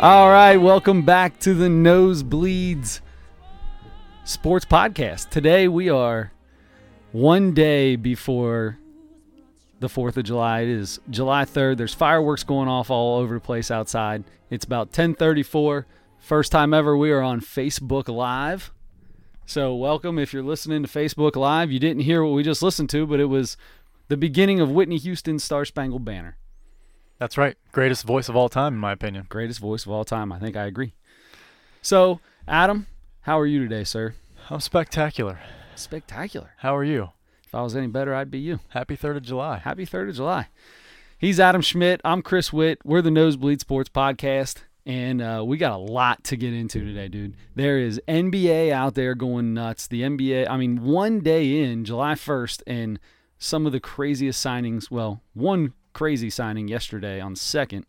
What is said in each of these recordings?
All right, welcome back to the Nosebleeds Sports Podcast. Today we are one day before the 4th of July. It is July 3rd. There's fireworks going off all over the place outside. It's about 10:34. First time ever we are on Facebook Live. So, welcome if you're listening to Facebook Live. You didn't hear what we just listened to, but it was the beginning of Whitney Houston's Star Spangled Banner. That's right. Greatest voice of all time, in my opinion. greatest voice of all time. I think I agree. So, Adam, how are you today, sir? I'm spectacular. Spectacular. How are you? If I was any better, I'd be you. Happy 3rd of July. Happy 3rd of July. He's Adam Schmidt. I'm Chris Witt. We're the Nosebleed Sports Podcast. And uh, we got a lot to get into today, dude. There is NBA out there going nuts. The NBA, I mean, one day in, July 1st, and some of the craziest signings. Well, one crazy signing yesterday on 2nd.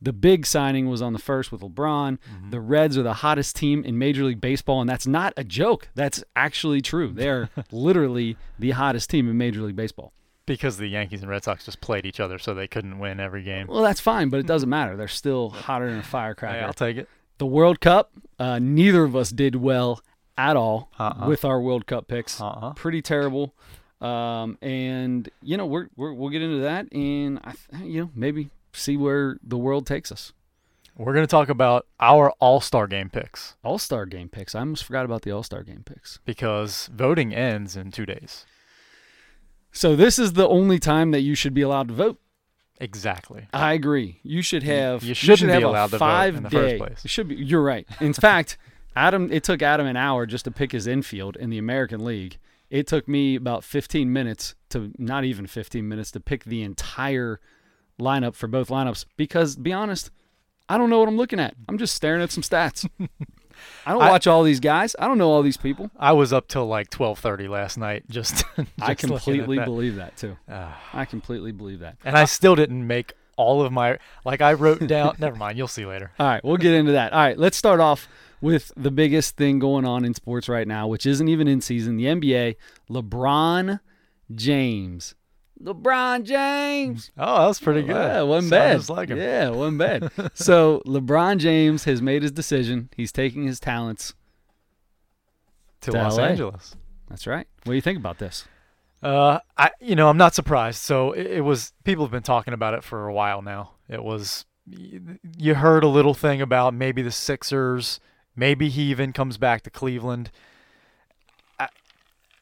The big signing was on the first with LeBron. The Reds are the hottest team in Major League Baseball, and that's not a joke. That's actually true. They're literally the hottest team in Major League Baseball. Because the Yankees and Red Sox just played each other, so they couldn't win every game. Well, that's fine, but it Mm-hmm. doesn't matter. They're still hotter than a Hey, firecracker. I'll take it. the World Cup, uh, neither of us did well at all Uh-uh. with our World Cup picks. Uh-uh. Pretty terrible. Um, and you know we're, we're we'll get into that, and I th- you know maybe see where the world takes us. We're going to talk about our All Star game picks All Star game picks. I almost forgot about the All Star game picks. because voting ends in two days. So this is the only time that you should be allowed to vote. Exactly. I agree. You should have. you shouldn't should be have a allowed to vote five in the day, first place. It should be. You're right. In fact, Adam. It took Adam an hour just to pick his infield in the American League. It took me about 15 minutes to not even 15 minutes to pick the entire lineup for both lineups because, to be honest, I don't know what I'm looking at. I'm just staring at some stats. I don't I- watch all these guys. I don't know all these people. I was up till like 12:30 last night just, just I looking at completely that. believe that too. Ah. I completely believe that. and I still didn't make all of my like I wrote down never mind, you'll see later. All right, we'll get into that. All right, let's start off with the biggest thing going on in sports right now, which isn't even in season, the NBA. LeBron James. LeBron James. Oh, that was pretty good. Yeah, wasn't Sounds bad. just like him. yeah, wasn't bad. so LeBron James has made his decision. He's taking his talents. to To Los LA. Angeles. That's right. What do you think about this? Uh, I you know I'm not surprised. So it, it was people have been talking about it for a while now. It was y- you heard a little thing about maybe the Sixers, maybe he even comes back to Cleveland. I-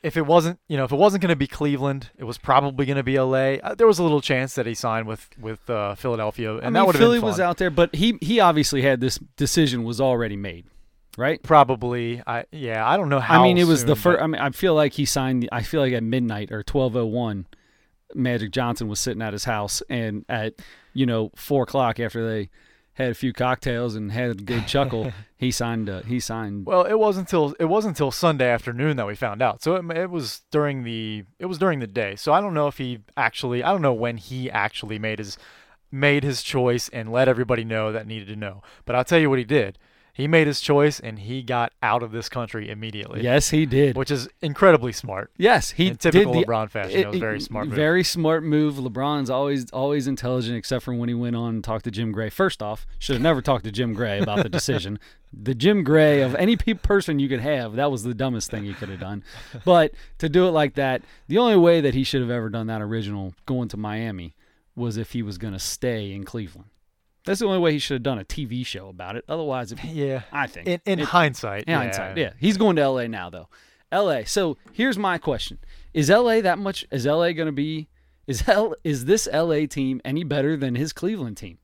If it wasn't, you know, if it wasn't going to be Cleveland, it was probably going to be LA. Uh, There was a little chance that he signed with with uh, Philadelphia, and I mean, that would have Philly been fun. was out there, but he he obviously had this decision was already made, right? Probably, I yeah, I don't know how. I mean, it was the soon, first. but I mean, I feel like he signed. I feel like at midnight or twelve oh one, Magic Johnson was sitting at his house, and at you know four o'clock after they had a few cocktails and had a good chuckle, he signed. Uh, he signed. Well, it wasn't until it wasn't until Sunday afternoon that we found out. So it, it was during the it was during the day. So I don't know if he actually I don't know when he actually made his made his choice and let everybody know that needed to know. But I'll tell you what he did. He made his choice and he got out of this country immediately, Yes, he did. which is incredibly smart. Yes, he In typical did. The, LeBron fashion, that was a very smart move. Very smart move. LeBron's always always intelligent, except for when he went on and talked to Jim Gray. First off, should have never talked to Jim Gray about the decision. the Jim Gray of any pe- person you could have, that was the dumbest thing he could have done. But to do it like that, the only way that he should have ever done that original going to Miami was if he was going to stay in Cleveland. That's the only way he should have done a TV show about it. Otherwise, it, Yeah. I think In, in it- hindsight, in hindsight, yeah. He's going to LA now though. LA. So here's my question. Is LA that much is LA gonna be is L is this LA team any better than his Cleveland team?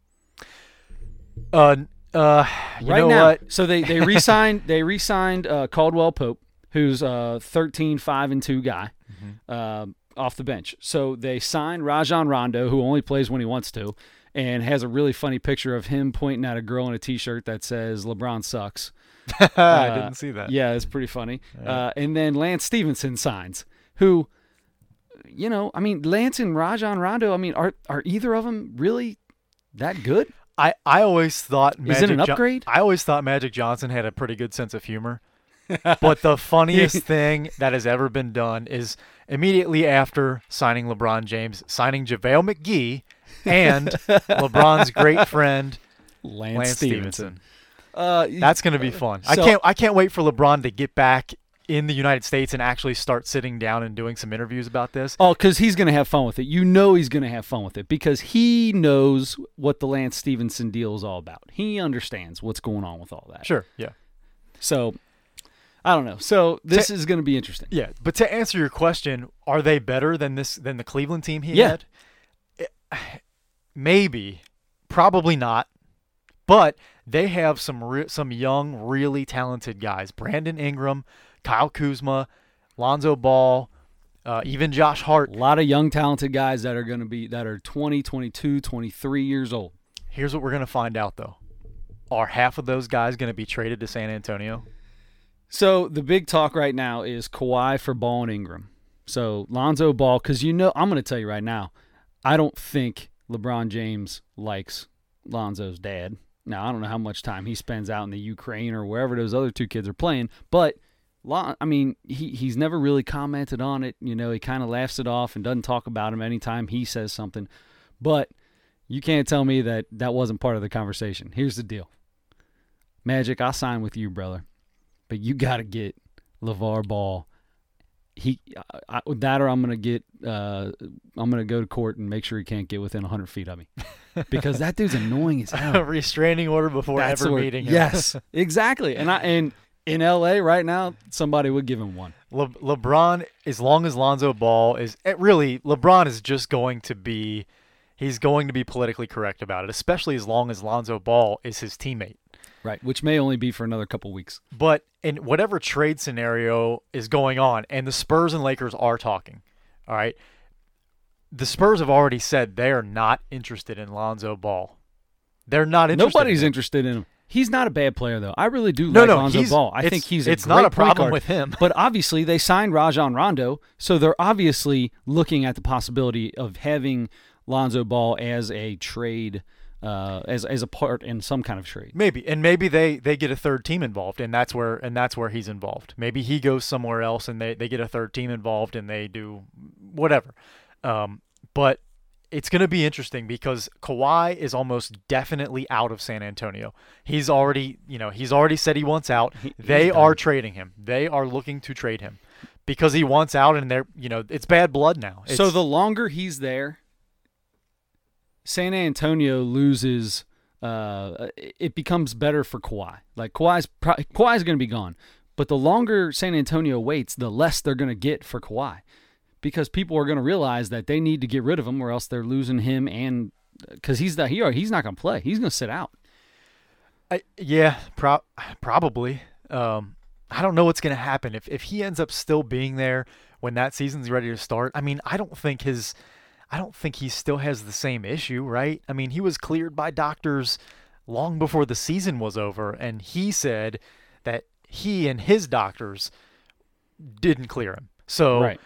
Uh, uh, you right know now. what? So they, they re signed they re signed uh, Caldwell Pope, who's a 13, 5 and two guy Mm-hmm. um, off the bench. So they signed Rajon Rondo, who only plays when he wants to, and has a really funny picture of him pointing at a girl in a t shirt that says LeBron sucks. I Uh, didn't see that. Yeah, it's pretty funny. Uh, and then Lance Stevenson signs, who, you know, I mean, Lance and Rajon Rondo. I mean, are are either of them really that good? I, I always thought Is Magic it an Jo- upgrade? I always thought Magic Johnson had a pretty good sense of humor. but the funniest thing that has ever been done is immediately after signing LeBron James, signing JaVale McGee and LeBron's great friend Lance, Lance Stevenson. Stevenson. Uh, That's going to be fun. I So- can't I can't wait for LeBron to get back in the United States and actually start sitting down and doing some interviews about this. Oh, because he's going to have fun with it. You know he's going to have fun with it because he knows what the Lance Stevenson deal is all about. He understands what's going on with all that. Sure. Yeah. So, I don't know. So this is going to be interesting. Yeah, but to answer your question, are they better than this than the Cleveland team he Yeah. had? Eh, Maybe, probably not. But they have some re- some young, really talented guys: Brandon Ingram, Kyle Kuzma, Lonzo Ball, uh, even Josh Hart. A lot of young talented guys that are going to be that are 20, 22, 23 years old. Here's what we're gonna find out though: Are half of those guys gonna be traded to San Antonio? So the big talk right now is Kawhi for Ball and Ingram. So Lonzo Ball, because you know, I'm going to tell you right now, I don't think LeBron James likes Lonzo's dad. Now I don't know how much time he spends out in the Ukraine or wherever those other two kids are playing, but Lon, I mean, he he's never really commented on it. You know, he kind of laughs it off and doesn't talk about him anytime he says something. But you can't tell me that that wasn't part of the conversation. Here's the deal, Magic, I sign with you, brother but you got to get LeVar Ball. He I, I- that or I'm gonna get uh, I'm gonna go to court and make sure he can't get within 100 feet of me because that dude's annoying as hell. Restraining order before That's the ever word. meeting. him. Yes, exactly. And I and in L.A. right now, somebody would give him one. Le- LeBron, as long as Lonzo Ball is eh, really, LeBron is just going to be, he's going to be politically correct about it, especially as long as Lonzo Ball is his teammate. Right, which may only be for another couple weeks. But in whatever trade scenario is going on, and the Spurs and Lakers are talking, all right, the Spurs have already said they are not interested in Lonzo Ball. They're not interested. Nobody's in him. interested in him. He's not a bad player though. I really do No, like no, Lonzo he's- Ball. I it's- think he's a it's not great a point problem guard. with him. But obviously they signed Rajon Rondo, so they're obviously looking at the possibility of having Lonzo Ball as a trade uh, as as a part in some kind of trade. Maybe, and maybe they they get a third team involved, and that's where and that's where he's involved. Maybe he goes somewhere else, and they they get a third team involved, and they do whatever. Um, but it's going to be interesting because Kawhi is almost definitely out of San Antonio. He's already, you know, he's already said he wants out. They are trading him. They are looking to trade him because he wants out, and they're, you know, it's bad blood now. It's, so the longer he's there, San Antonio loses. Uh, it becomes better for Kawhi. Like Kawhi's pro- Kawhi's going to be gone, but the longer San Antonio waits, the less they're going to get for Kawhi, because people are going to realize that they need to get rid of him, or else they're losing him. And because he's not here, he's not going to play. He's going to sit out. I, yeah, pro- probably. Um, I don't know what's going to happen if if he ends up still being there when that season's ready to start. I mean, I don't think his, I don't think he still has the same issue, right? I mean, he was cleared by doctors long before the season was over, and he said that he and his doctors didn't clear him. So, Right.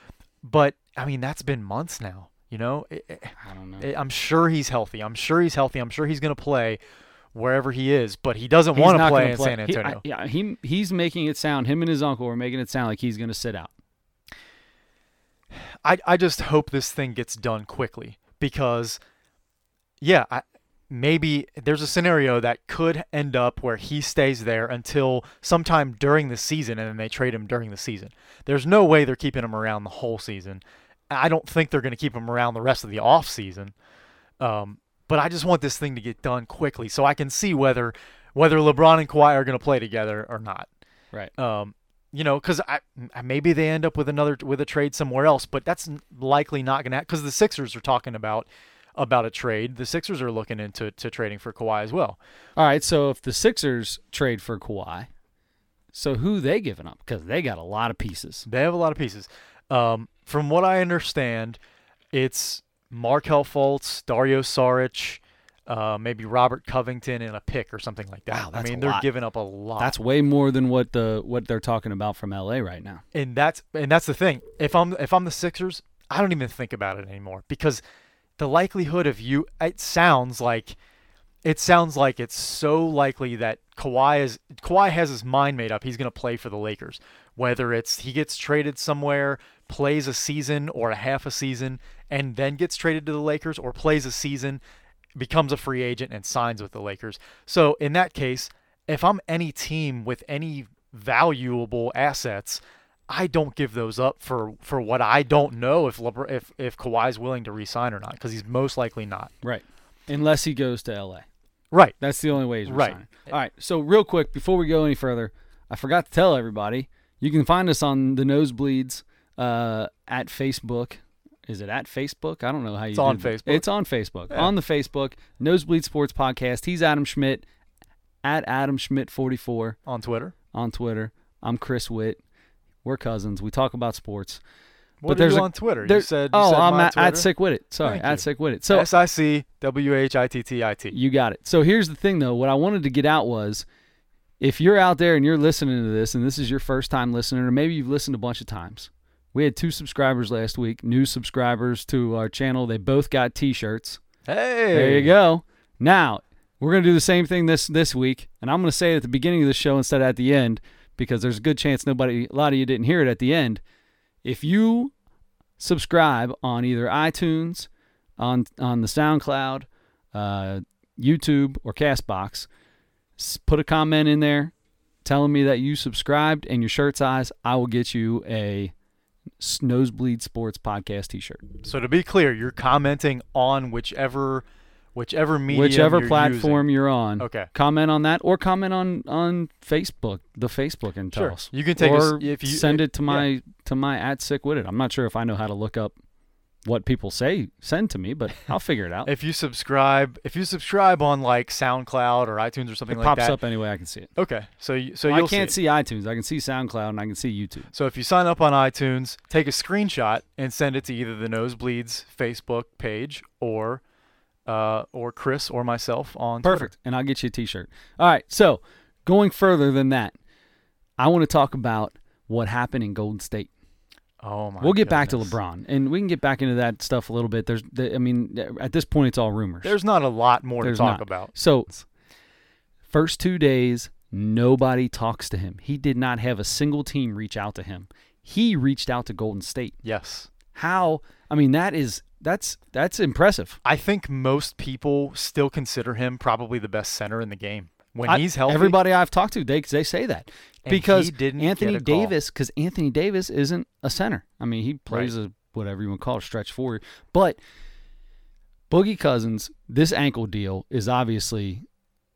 but I mean, that's been months now. You know, It- it- I don't know. I- Eh, I'm sure he's healthy. I'm sure he's healthy. I'm sure he's going to play wherever he is, but he doesn't He's want to not play gonna in San He- I- Antonio. yeah, he he's making it sound. Him and his uncle are making it sound like he's going to sit out. I, I, just hope this thing gets done quickly because, yeah, I, maybe there's a scenario that could end up where he stays there until sometime during the season and then they trade him during the season. There's no way they're keeping him around the whole season. I don't think they're going to keep him around the rest of the offseason. Um, but I just want this thing to get done quickly so I can see whether whether LeBron and Kawhi are going to play together or not. Right. Um, you know, because I m- maybe they end up with another with a trade somewhere else, but that's n- likely not going to because the Sixers are talking about about a trade. The Sixers are looking into to trading for Kawhi as well. All right, so if the Sixers trade for Kawhi, so who they giving up? Because they got a lot of pieces. They have a lot of pieces. Um, from what I understand, it's Markel Fultz, Dario Saric, uh, maybe Robert Covington, and a pick or something like that. Wow, that's I mean, a they're lot. giving up a lot. That's way more than what the what they're talking about from LA right now. and that's and that's the thing. If I'm if I'm the Sixers, I don't even think about it anymore because the likelihood of you it sounds like it sounds like it's so likely that Kawhi is Kawhi has his mind made up. He's going to play for the Lakers, whether it's he gets traded somewhere, plays a season or a half a season, and then gets traded to the Lakers, or plays a season becomes a free agent and signs with the Lakers. So in that case, if I'm any team with any valuable assets, I don't give those up for, for what I don't know if LeBron, if if Kawhi's willing to resign or not because he's most likely not. Right. Unless he goes to LA. Right. That's the only way he's Right. resigning. All right. So real quick before we go any further, I forgot to tell everybody you can find us on the Nosebleeds uh, at Facebook. Is it at Facebook? I don't know how you. It's on Facebook. It's on Facebook. On the Facebook Nosebleed Sports Podcast. He's Adam Schmidt at Adam Schmidt forty four On Twitter. on Twitter. I'm Chris Witt. We're cousins. We talk about sports. What are there's you a- on Twitter? There- you said you oh, said I'm my at, at Twitter? sick with it. Sorry, Thank at you. sick with it. So S I C W H I T T I T. You got it. So here's the thing, though. What I wanted to get out was if you're out there and you're listening to this, and this is your first time listening, or maybe you've listened a bunch of times, we had two subscribers last week, new subscribers to our channel. They both got t shirts. Hey, There you go. Now, we're going to do the same thing this, this week, and I'm going to say it at the beginning of the show instead of at the end because there's a good chance nobody, a lot of you didn't hear it at the end. If you subscribe on either iTunes, on on the SoundCloud, uh, YouTube, or Castbox. S- Put a comment in there telling me that you subscribed and your shirt size. I will get you a s- Nosebleed Sports Podcast T-shirt, So to be clear, you're commenting on whichever, whichever medium, whichever you're platform you're on. using. Okay. Comment on that, or comment on on Facebook, the Facebook, and tell Sure. us. You can take a s- or if you- send it to yeah. my to my at sick with it. I'm not sure if I know how to look up what people say send to me, but I'll figure it out. If you subscribe, if you subscribe on like SoundCloud or iTunes or something it like pops that. up anyway. I can see it. Okay. So you, so Well, you'll I can't see. it. see, iTunes. I can see SoundCloud and I can see YouTube. So if you sign up on iTunes, take a screenshot and send it to either the Nosebleeds Facebook page or, uh, or Chris or myself on Twitter. Perfect. And I'll get you a t-shirt. All right. So, going further than that, I want to talk about what happened in Golden State. Oh my. we'll get back to goodness. LeBron and we can get back into that stuff a little bit. There's the, I mean, at this point it's all rumors. There's not a lot more There's to talk not. about. So, first 2 days nobody talks to him. He did not have a single team reach out to him. He reached out to Golden State. Yes. How? I mean, that is that's that's impressive. I think most people still consider him probably the best center in the game when I- he's healthy. Everybody I've talked to, they they say that And because he didn't Anthony get a call. Davis, because Anthony Davis isn't a center. I mean, he plays a whatever you want to call it, stretch forward. But Boogie Cousins, this ankle deal is obviously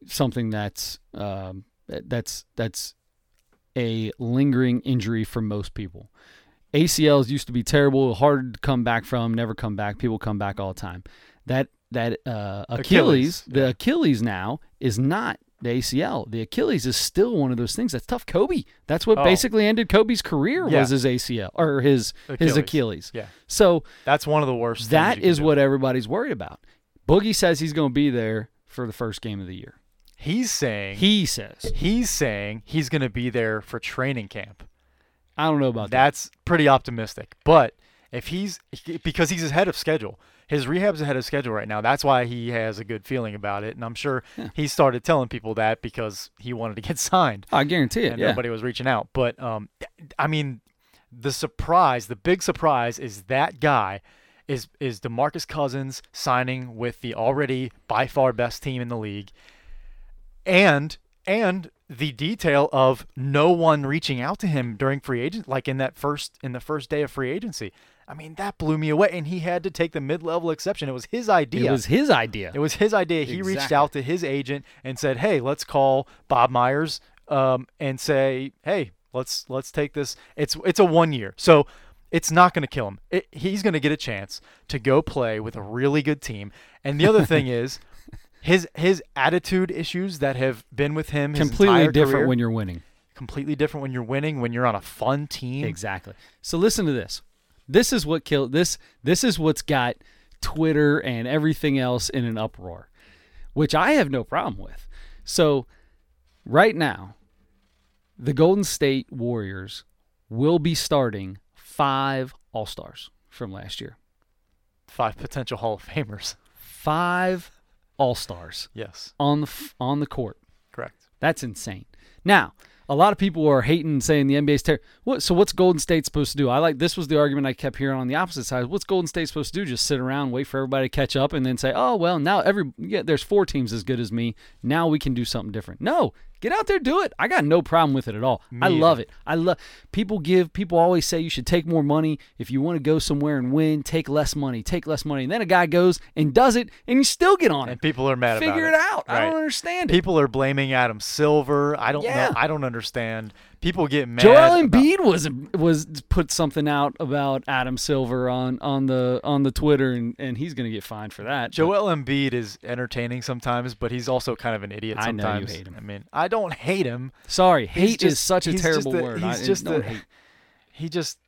something that's um, that- that's that's a lingering injury for most people. ACLs used to be terrible, hard to come back from, never come back. People come back all the time. That that uh, Achilles, Achilles, the Achilles now is not the ACL. The Achilles is still one of those things that's tough. Kobe. That's what Oh. basically ended Kobe's career Yeah. was his ACL or his his Achilles. Achilles. Yeah. So That's one of the worst. things that you can is do. what everybody's worried about. Boogie says he's going to be there for the first game of the year. he's saying. He says. he's saying he's going to be there for training camp. I don't know about that. That's pretty optimistic. But if he's because he's ahead of schedule, his rehab's ahead of schedule right now. That's why he has a good feeling about it, and I'm sure he started telling people that because he wanted to get signed. I guarantee it. and Yeah. nobody was reaching out. But um, th- I mean, the surprise, the big surprise, is that guy is is Demarcus Cousins signing with the already by far best team in the league, and and the detail of no one reaching out to him during free agent, like in that first in the first day of free agency. I mean, that blew me away, and he had to take the mid level exception. It was his idea. It was his idea. It was his idea. He reached Exactly. out to his agent and said, "Hey, let's call Bob Myers um, and say, hey, let's let's take this. It's it's a one year, so it's not going to kill him. It, he's going to get a chance to go play with a really good team. And the other thing is, his his attitude issues that have been with him his completely entire different career, when you're winning. completely different when you're winning, when you're on a fun team. Exactly. So listen to this. This is what killed this this is what's got Twitter and everything else in an uproar, which I have no problem with. So right now, the Golden State Warriors will be starting 5 All-Stars from last year. Five potential Hall of Famers. 5 All-Stars Yes, on the f- on the court. correct. That's insane. Now, a lot of people are hating, saying the NBA's terrible. What, so what's Golden State supposed to do? I like this was the argument I kept hearing on the opposite side. What's Golden State supposed to do? Just sit around, wait for everybody to catch up, and then say, oh well, now every yeah, there's four teams as good as me. Now we can do something different. No, get out there, do it. I got no problem with it at all. I love it. I love people give people always say you should take more money if you want to go somewhere and win. Take less money. Take less money. And then a guy goes and does it, and you still get on it. And people are mad Figure about it out. I Right. don't understand it. People are blaming Adam Silver. I don't Yeah. know. I don't understand. People get mad. Joel about- Embiid was was put something out about Adam Silver on on the on the Twitter, and and he's gonna get fined for that. Joel Embiid is entertaining sometimes, but he's also kind of an idiot I know you sometimes. hate him. I mean, I don't hate him. Sorry, He's hate is just- such a he's just terrible a- word. He's I, just don't a- hate. he just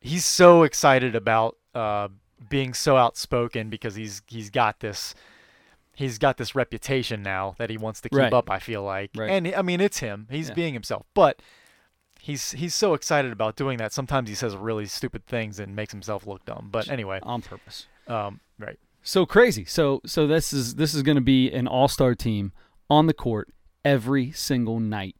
he's so excited about uh, being so outspoken because he's he's got this he's got this reputation now that he wants to keep Right. up. I feel like, Right. and I mean it's him. He's Yeah. being himself, but he's he's so excited about doing that. Sometimes he says really stupid things and makes himself look dumb. But anyway, on purpose. um, right. So crazy. So so this is this is gonna be an all star team on the court every single night.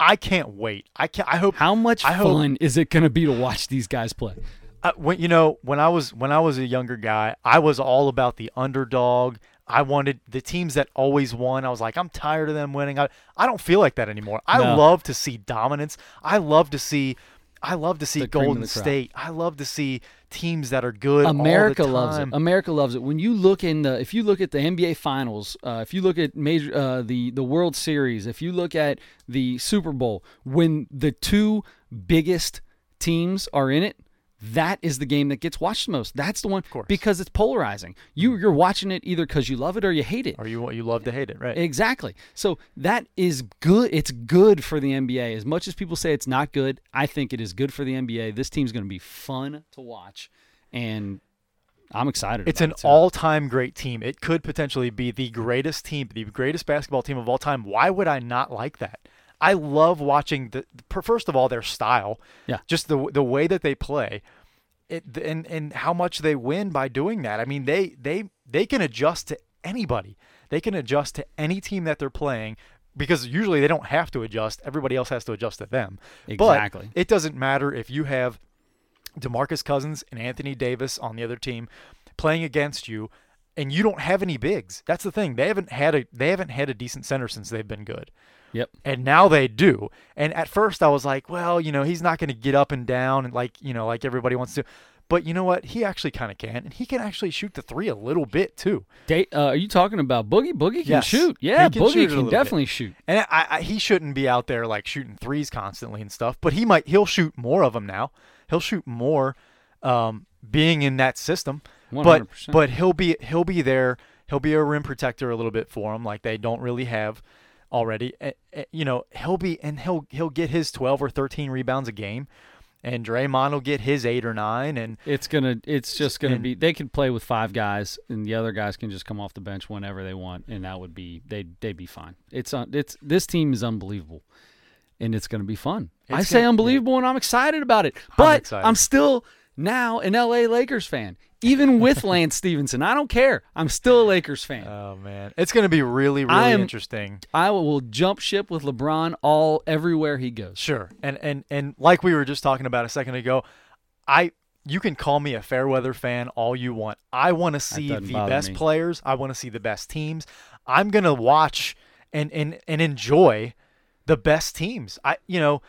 I can't wait. I can not I hope How much I hope- fun is it gonna be to watch these guys play? I, when you know when I was when I was a younger guy, I was all about the underdog. I wanted the teams that always won. I was like, I'm tired of them winning. I, I don't feel like that anymore. I No. love to see dominance. I love to see I love to see The cream of Golden the crop. State. I love to see teams that are good. all the America loves it. time. America loves it. When you look in the, if you look at the NBA Finals, uh, if you look at major, uh, the the World Series, if you look at the Super Bowl, when the two biggest teams are in it, that is the game that gets watched the most. That's the one course. because it's polarizing. You you're watching it either because you love it or you hate it. Or you you love to hate it, right? Exactly. So that is good. It's good for the NBA. As much as people say it's not good, I think it is good for the NBA. This team's going to be fun to watch, and I'm excited. It's about an it, too. all-time great team. It could potentially be the greatest team, the greatest basketball team of all time. Why would I not like that? I love watching the per- first of all their style, Yeah. just the the way that they play, it, th- and and how much they win by doing that. I mean, they they they can adjust to anybody. They can adjust to any team that they're playing because usually they don't have to adjust. Everybody else has to adjust to them. Exactly. But it doesn't matter if you have DeMarcus Cousins and Anthony Davis on the other team playing against you and you don't have any bigs. That's the thing. They haven't had a they haven't had a decent center since they've been good. Yep. And now they do. And at first I was like, well, you know, he's not going to get up and down and like, you know, like everybody wants to. But you know what? He actually kind of can. And he can actually shoot the 3 a little bit too. Da- uh, are you talking about Boogie? Boogie can Yes. shoot. Yeah, He can Boogie shoot it a can little bit. definitely shoot. And I, I, he shouldn't be out there like shooting threes constantly and stuff, but he might he'll shoot more of them now. He'll shoot more um, being in that system. But 100%. but he'll be he'll be there. He'll be a rim protector a little bit for him, like they don't really have already. Eh, eh, you know, he'll be and he'll he'll get his twelve or thirteen rebounds a game, and Draymond will get his eight or nine, and It's gonna. It's just gonna And- be. They could play with five guys, and the other guys can just come off the bench whenever they want, and that would be they. would They'd be fine. It's un, It's this team is unbelievable, and it's gonna be fun. I It's say gonna- unbelievable, and I'm excited about it. But I'm, excited. still now an LA Lakers fan, even with Lance Stevenson. I don't care. I'm still a Lakers fan. oh man, it's gonna be really really I am- interesting. I will jump ship with LeBron all everywhere he goes. Sure. And and and like we were just talking about a second ago, I you can call me a Fairweather fan all you want. I want to see the doesn't bother best me. players. I want to see the best teams. I'm gonna watch and and and enjoy the best teams. I you know.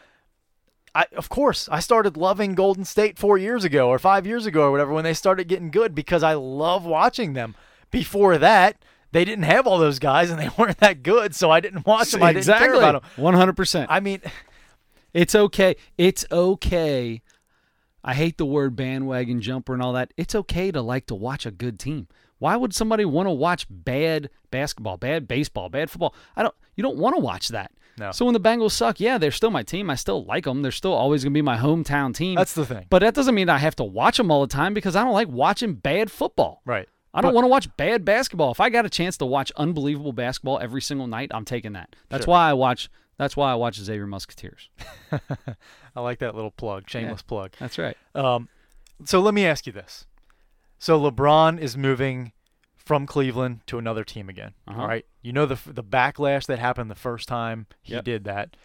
I, of course, I started loving Golden State four years ago or five years ago or whatever when they started getting good because I love watching them. Before that, they didn't have all those guys and they weren't that good, so I didn't watch them. I didn't care about them. One hundred percent. I mean, It's okay. It's okay. I hate the word bandwagon jumper and all that. It's okay to like to watch a good team. Why would somebody want to watch bad basketball, bad baseball, bad football? I don't. You don't want to watch that. No. So when the Bengals suck, yeah, they're still my team. I still like them. They're still always going to be my hometown team. That's the thing. But that doesn't mean I have to watch them all the time because I don't like watching bad football. right. I don't But- want to watch bad basketball. If I got a chance to watch unbelievable basketball every single night, I'm taking that. That's why I watch. That's why I watch Xavier Musketeers. I like that little plug, shameless plug. That's right. Um, so let me ask you this: So LeBron is moving from Cleveland to another team again. all Uh-huh. right, you know the the backlash that happened the first time he Yep. did that.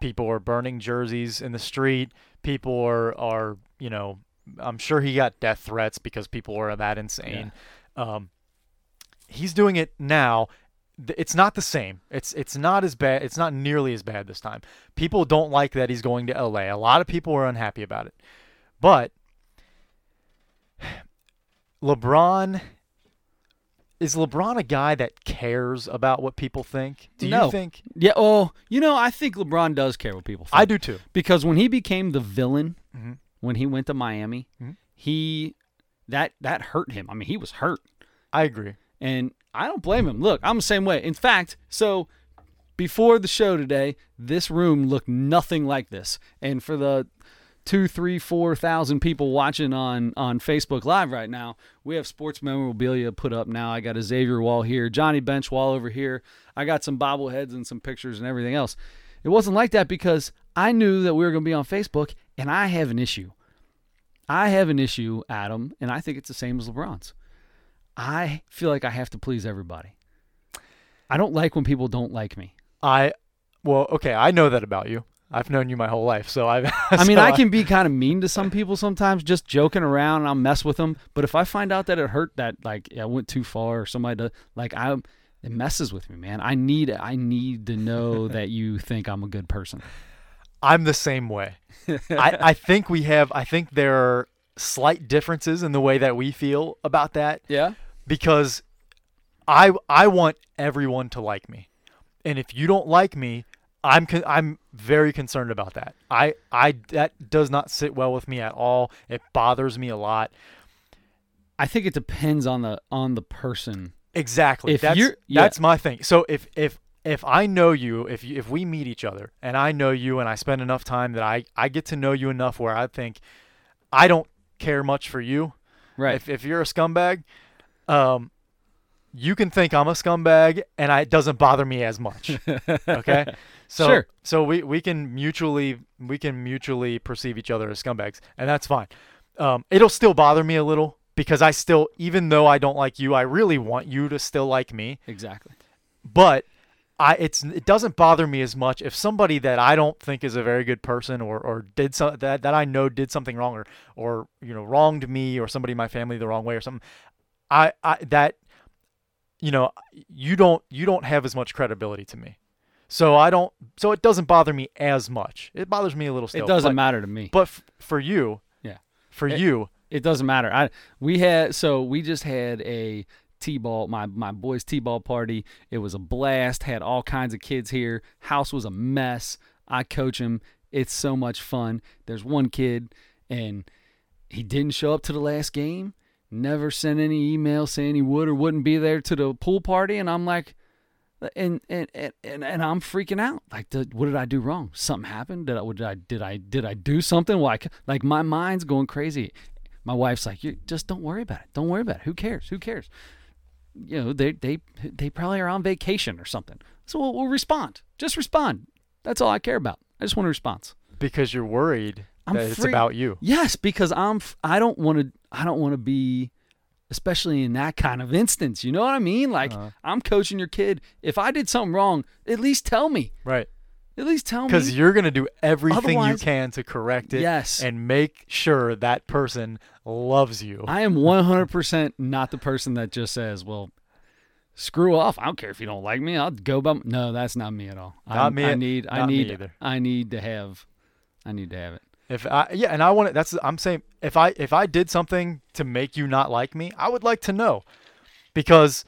People are burning jerseys in the street. People are are you know I'm sure he got death threats because people are that insane. Um, he's doing it now. Th- It's not the same. It's it's not as bad. It's not nearly as bad this time. People don't like that he's going to LA. A lot of people are unhappy about it. But LeBron is LeBron a guy that cares about what people think? Do No. you think? Yeah. Oh, you know, I think LeBron does care what people think. I do too. because when he became the villain, Mhm. when he went to Miami, Mhm. he that that hurt him. I mean, he was hurt, I agree. and I don't blame him. Look, I'm the same way. In fact, so before the show today, this room looked nothing like this, and for the two, three, four thousand people watching on on Facebook Live right now, we have sports memorabilia put up now. I got a Xavier wall here, Johnny Bench wall over here. I got some bobbleheads and some pictures and everything else. It wasn't like that because I knew that we were going to be on Facebook, and I have an issue. I have an issue, Adam, and I think it's the same as LeBron's. I feel like I have to please everybody. I don't like when people don't like me. I well, okay, I know that about you. I've known you my whole life, so I've. I mean, so I can be kind of mean to some people sometimes, just joking around, and I'll mess with them. But if I find out that it hurt, that like I went too far, or somebody does, like I, it messes with me, man. I need, I need to know that you think I'm a good person. I'm the same way. I, I think we have. I think there are slight differences in the way that we feel about that Yeah. because I I want everyone to like me, and if you don't like me, I'm con- I'm very concerned about that. I I that does not sit well with me at all. It bothers me a lot. I think it depends on the on the person. Exactly. If that's you're- yeah. that's my thing. So if if if I know you, if you, if we meet each other and I know you and I spend enough time that I I get to know you enough where I think I don't care much for you. Right. If if you're a scumbag, um you can think I'm a scumbag and I, it doesn't bother me as much. Okay? So Sure. so we we can mutually we can mutually perceive each other as scumbags and that's fine. Um it'll still bother me a little because I still even though I don't like you, I really want you to still like me, exactly. but I it's it doesn't bother me as much if somebody that I don't think is a very good person or or did some that that I know did something wrong or or you know wronged me or somebody in my family the wrong way or something. I I that you know you don't you don't have as much credibility to me. So I don't so it doesn't bother me as much. It bothers me a little still. it doesn't but, matter to me. But f- for you, Yeah. For It- you, It doesn't matter. I we had so we just had a t-ball my my boys t-ball party. It was a blast. Had all kinds of kids here. House was a mess. I coach him. It's so much fun. There's one kid and he didn't show up to the last game. Never sent any email saying he would or wouldn't be there to the pool party and I'm like and and and, and, and I'm freaking out. Like, did, what did I do wrong? Something happened. Did I what did I did I did I do something? Like like my mind's going crazy. My wife's like, you just don't worry about it. Don't worry about it. Who cares? Who cares? You know, they they they probably are on vacation or something. So we'll, we'll respond. Just respond. That's all I care about. I just want a response. because you're worried I'm that it's free- about you. Yes, because I'm f- I don't want to I don't want to be especially in that kind of instance. You know what I mean? Like Uh-huh. I'm coaching your kid. If I did something wrong, at least tell me. Right. At least tell me. because you're gonna do everything Otherwise- you can to correct it Yes. and make sure that person loves you I am 100% not the person that just says, well, screw off. I don't care if you don't like me. I'll go by. m-" No, that's not me at all. I, Not me- e- I need, I not me need, either. I need to have, I need to have it. if i yeah and i want to that's i'm saying if i if i did something to make you not like me i would like to know because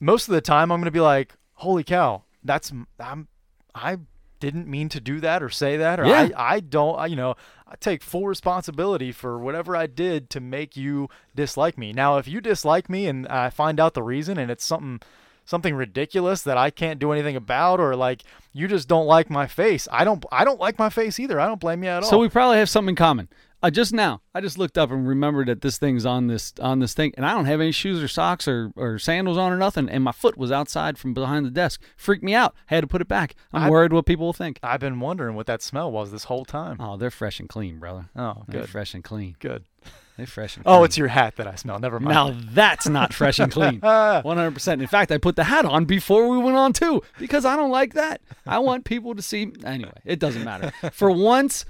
most of the time i'm gonna be like holy cow that's i'm i didn't mean to do that or say that or Yeah. i i don't I, you know i take full responsibility for whatever i did to make you dislike me now if you dislike me and i find out the reason and it's something something ridiculous that i can't do anything about or like you just don't like my face i don't i don't like my face either i don't blame you at all So we probably have something in common. Uh, just now, I just looked up and remembered that this thing's on this on this thing, and I don't have any shoes or socks or, or sandals on or nothing, and my foot was outside from behind the desk. Freaked me out. I had to put it back. I'm I- worried what people will think. I've been wondering what that smell was this whole time. Oh, they're fresh and clean, brother. Oh, They're good. fresh and clean. Good. They're fresh and clean. Oh, it's your hat that I smell. Never mind. now that's not fresh and clean. 100%. In fact, I put the hat on before we went on too because I don't like that. I want people to see anyway, it doesn't matter. For once,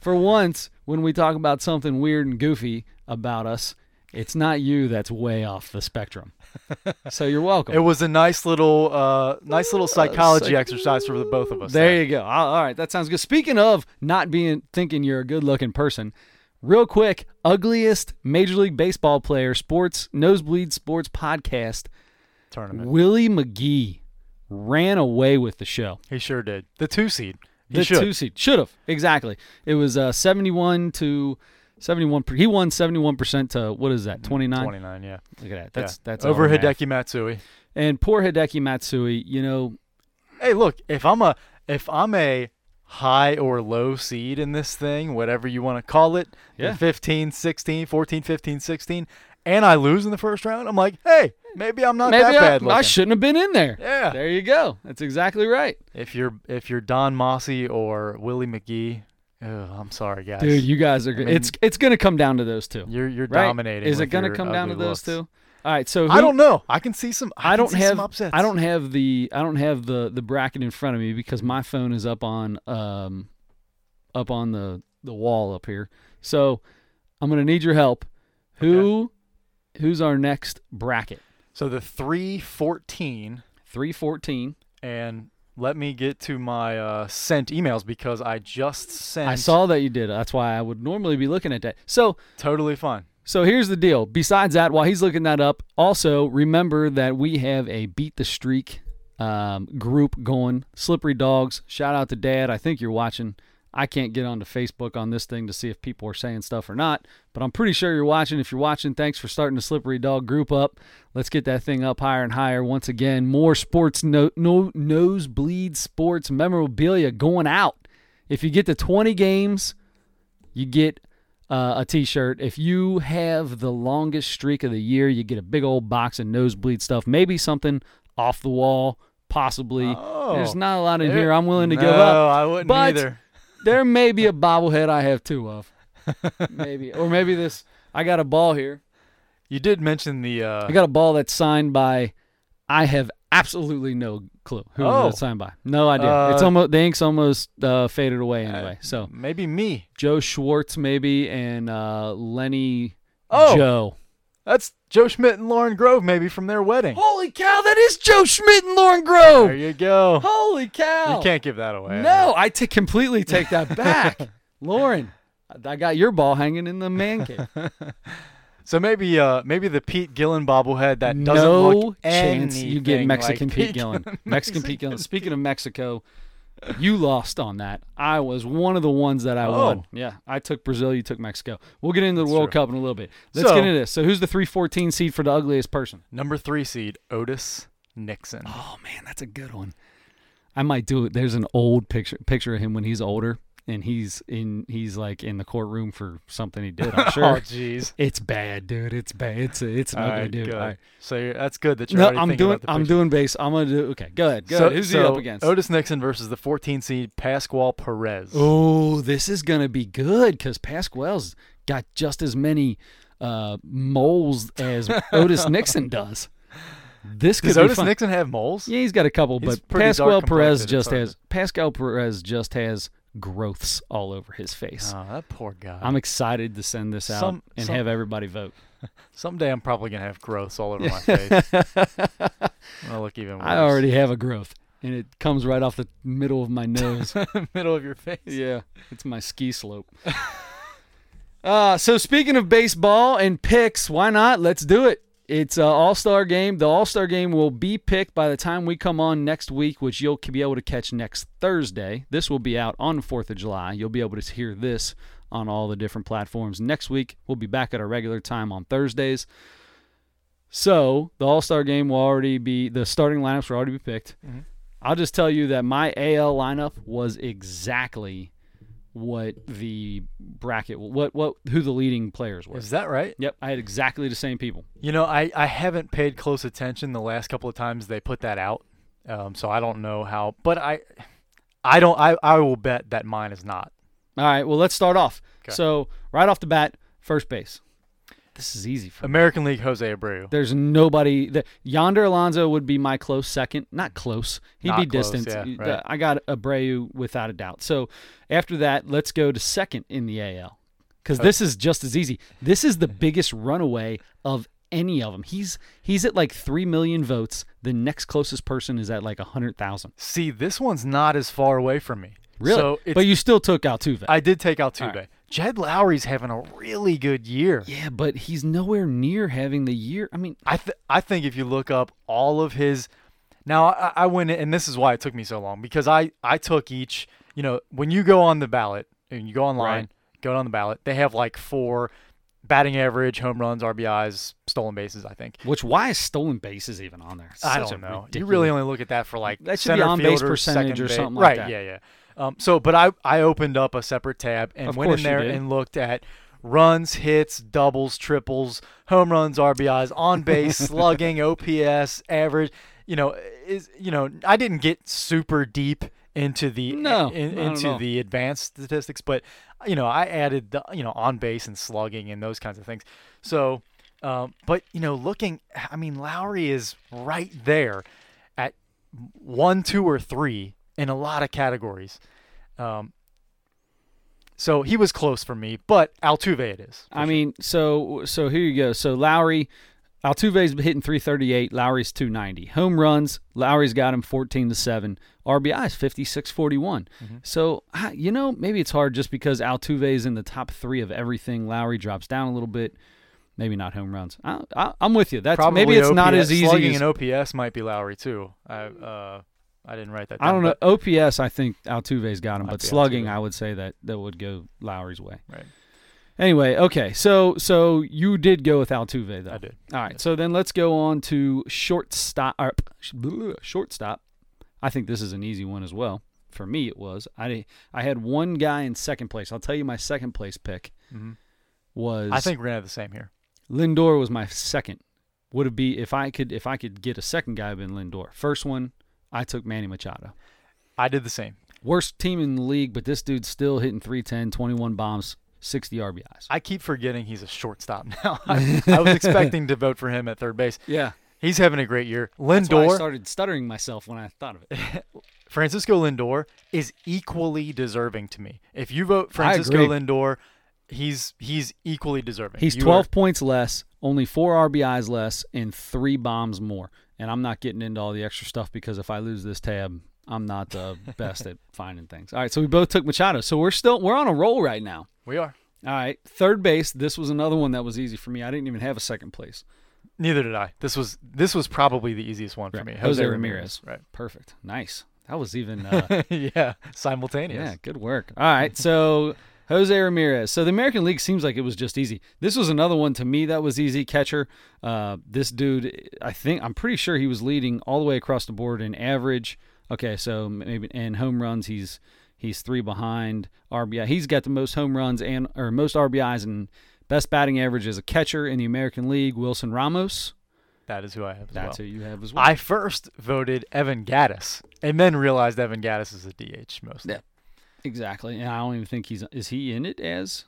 for once when we talk about something weird and goofy about us, it's not you that's way off the spectrum. So you're welcome. It was a nice little, uh, nice little psychology psych- exercise for the both of us. There you go. All all right, that sounds good. Speaking of not being thinking you're a good-looking person, real quick, ugliest Major League Baseball player, sports nosebleed sports podcast, tournament. Willie McGee ran away with the show. He sure did. The two seed. He The should. two seed should have exactly. It was uh, 71 to 71. per- He won 71 percent to what is that? 29. Twenty nine. Yeah. Look at that. That's Yeah. that's over all I have. Hideki Matsui. And poor Hideki Matsui. You know, Hey, look. If I'm a, if I'm a high or low seed in this thing, whatever you want to call it, in Yeah. 15, 16, 14, 15, 16, and I lose in the first round, I'm like, hey, maybe I'm not maybe that I, bad looking. I shouldn't have been in there. Yeah. There you go. That's exactly right. If you're if you're Don Mossy or Willie McGee, ugh, I'm sorry guys. Dude, you guys are. good. mean- it's it's going to come down to those two. you're you're right? dominating. Is it going to come down to those two? All right. So I who- don't know. I can see some. I, I can don't see have some upsets. I don't have the I don't have the the bracket in front of me because my phone is up on um up on the the wall up here. So I'm gonna need your help. Who who's our next bracket? So the three fourteen, Three fourteen. and let me get to my uh, sent emails because I just sent. I saw that you did. That's why I would normally be looking at that. So totally fine. So here's the deal. Besides that, while he's looking that up, also remember that we have a beat the streak um, group going. Slippery Dogs. Shout out to Dad. I think you're watching. I can't get onto Facebook on this thing to see if people are saying stuff or not, but I'm pretty sure you're watching. If you're watching, thanks for starting the Slippery Dog group up. Let's get that thing up higher and higher. Once again, more sports, no, no nosebleed sports memorabilia going out. If you get to 20 games, you get uh, a t-shirt if you have the longest streak of the year you get a big old box of nosebleed stuff maybe something off the wall possibly Oh. there's not a lot in There- here i'm willing to no, give up I wouldn't but- either. there may be a bobblehead i have two of maybe or maybe this i got a ball here You did mention the. Uh, i got a ball that's signed by i have absolutely no clue who Oh. it's signed by no idea Uh, it's almost the ink's almost uh, faded away anyway so maybe me. joe schwartz maybe and uh, lenny Oh. joe That's Joe Schmidt and Lauren Grove, maybe from their wedding. Holy cow, that is Joe Schmidt and Lauren There Grove. you go. Holy cow. You can't give that away. oh, No, I t- completely take that back. Lauren, I- I got your ball hanging in the man cave. So maybe uh maybe the Pete Gillen bobblehead that doesn't no look chance anything you get Mexican like Pete, Gillen. Mexican Pete Gillen. Speaking of Mexico, you lost on that. I was one of the ones that I won. Oh. Yeah, I took Brazil, you took Mexico. We'll get into the World Cup in a little bit. Let's So- get into this. So, who's the 314 seed for the ugliest person? Number three seed Otis Nixon. Oh man, that's a good one. I might do it. There's an old picture picture of him when he's older and he's in he's like in the courtroom for something he did, I'm Oh sure. jeez. it's bad, dude. It's bad. It's a, it's an All ugly right, dude. good. All right. So you're, that's good that you're No, already I'm thinking doing about the I'm picture. doing base. I'm gonna do okay, go ahead, go ahead. Who's he so up against? Otis Nixon versus the 14 seed Pascual Perez. Oh, this is gonna be good because Pasquale's got just as many uh, moles as Otis Nixon does. This could Does be Otis fun. Nixon have moles? Yeah, he's got a couple, He's but pretty dark Pascal Perez complected, it's just hard has Pascal Perez just has growths all over his face. Oh, that poor guy. I'm excited to send this out Some- and some- have everybody vote. Someday I'm probably gonna have growths all over my face. I look even worse. I already have a growth, and it comes right off the middle of my nose. middle of your face. yeah, it's my ski slope. uh, so speaking of baseball and picks, why not? Let's do it. It's an All Star game. The All Star game will be picked by the time we come on next week, which you'll be able to catch next Thursday. This will be out on the 4th of July. You'll be able to hear this on all the different platforms next week. We'll be back at our regular time on Thursdays. So the All Star game will already be, the starting lineups will Mm-hmm. already be picked. I'll just tell you that my AL lineup was exactly what the bracket, what what who the leading players were. Is that right? Yep, I had exactly the same people. You know, I, I haven't paid close attention the last couple of times they put that out, um, so I don't know how. But I, I don't. I, I will bet that mine is not. All right, well let's start off. Okay. So right off the bat, first base. This is easy for me. American League Jose Abreu. There's nobody. The, Yonder Alonso would be my close second. Not close. He'd Not be close, distant. yeah, You- right. uh, I got Abreu without a doubt. So after that, let's go to second in the AL because this is just as easy. This is the biggest runaway of any of them. He's he's at like three million votes. The next closest person is at like a hundred thousand. See, this one's not as far away from me. Really? So it's, but you still took Altuve. I did take Altuve. All right. Jed Lowry's having a really good year. yeah, but he's nowhere near having the year. I mean, I th- I think if you look up all of his, now I, I went and this is why it took me so long because I I took each. You know, when you go on the ballot and you go online, go on the ballot, they have like four batting average, home runs, RBIs, stolen bases. I think. which why is stolen bases even on there? I Such don't a know. You ridiculous- really only look at that for like That should be center on-base fielder, percentage second or base. something like right, that. Yeah, yeah. Um, so, but I I opened up a separate tab and Of went course in you there did. and looked at runs, hits, doubles, triples, home runs, RBIs, on base, slugging, OPS, average. You know, is you know I didn't get super deep into the No, in- not at into all. the advanced statistics, but you know I added the you know on base and slugging and those kinds of things. So. Um, but you know, looking, I mean, Lowry is right there at one, two, or three in a lot of categories. Um, so he was close for me, but Altuve it is. I mean, so so here you go. So Lowry, Altuve's hitting 338. Lowry's 290. Home runs, Lowry's got him 14 to seven. RBIs 56 41. Mm-hmm. So I- you know, maybe it's hard just because Altuve's in the top three of everything. Lowry drops down a little bit. Maybe not home runs. I, I, I'm with you. That's Probably maybe it's not OPS as easy. Slugging as- and OPS might be Lowry too. I uh, I didn't write that. Down, I don't know. but- OPS, I think Altuve's got him, Might but be slugging, Altuve. I would say that that would go Lowry's way. Right. Anyway, okay. So so you did go with Altuve though. I did. All right, so then let's go on to shortstop. Or, sh- bleh, shortstop. I think this is an easy one as well. For me, it was. I I had one guy in second place. I'll tell you my second place pick Mhm. was. I think we're gonna have the same here. Lindor was my second. Would it be if I could if I could get a second guy? Been Lindor. First one, I took Manny Machado. I did the same. Worst team in the league, but this dude's still hitting 310, 21 bombs, 60 RBIs. I keep forgetting he's a shortstop now. I, I was expecting to vote for him at third base. Yeah, He's having a great year. that's why I Lindor, started stuttering myself when I thought of it. Francisco Lindor is equally deserving to me. If you vote Francisco agree. Lindor, he's he's equally deserving. He's You are- 12 points less, only four RBIs less, and three bombs more. And I'm not getting into all the extra stuff because if I lose this tab, I'm not the best at finding things. All right, so we both took Machado. So we're still we're on a roll right now. we are. All right, third base. This was another one that was easy for me. I didn't even have a second place. Neither did I. This was this was probably the easiest one for Right. me. Jose Ramirez. Right. Perfect. Nice. That was even uh, yeah. Simultaneous. yeah, good work. All right, so Jose Ramirez. So the American League seems like it was just easy. This was another one to me that was easy catcher. Uh, this dude, I think I'm pretty sure he was leading all the way across the board in average. Okay, so maybe and home runs. He's he's three behind RBI. He's got the most home runs and or most RBIs and best batting average as a catcher in the American League. Wilson Ramos. That is who I have as That's well. who you have as well. I first voted Evan Gaddis and then realized Evan Gaddis is a DH mostly. Yeah. exactly, and I don't even think he's is he in it as.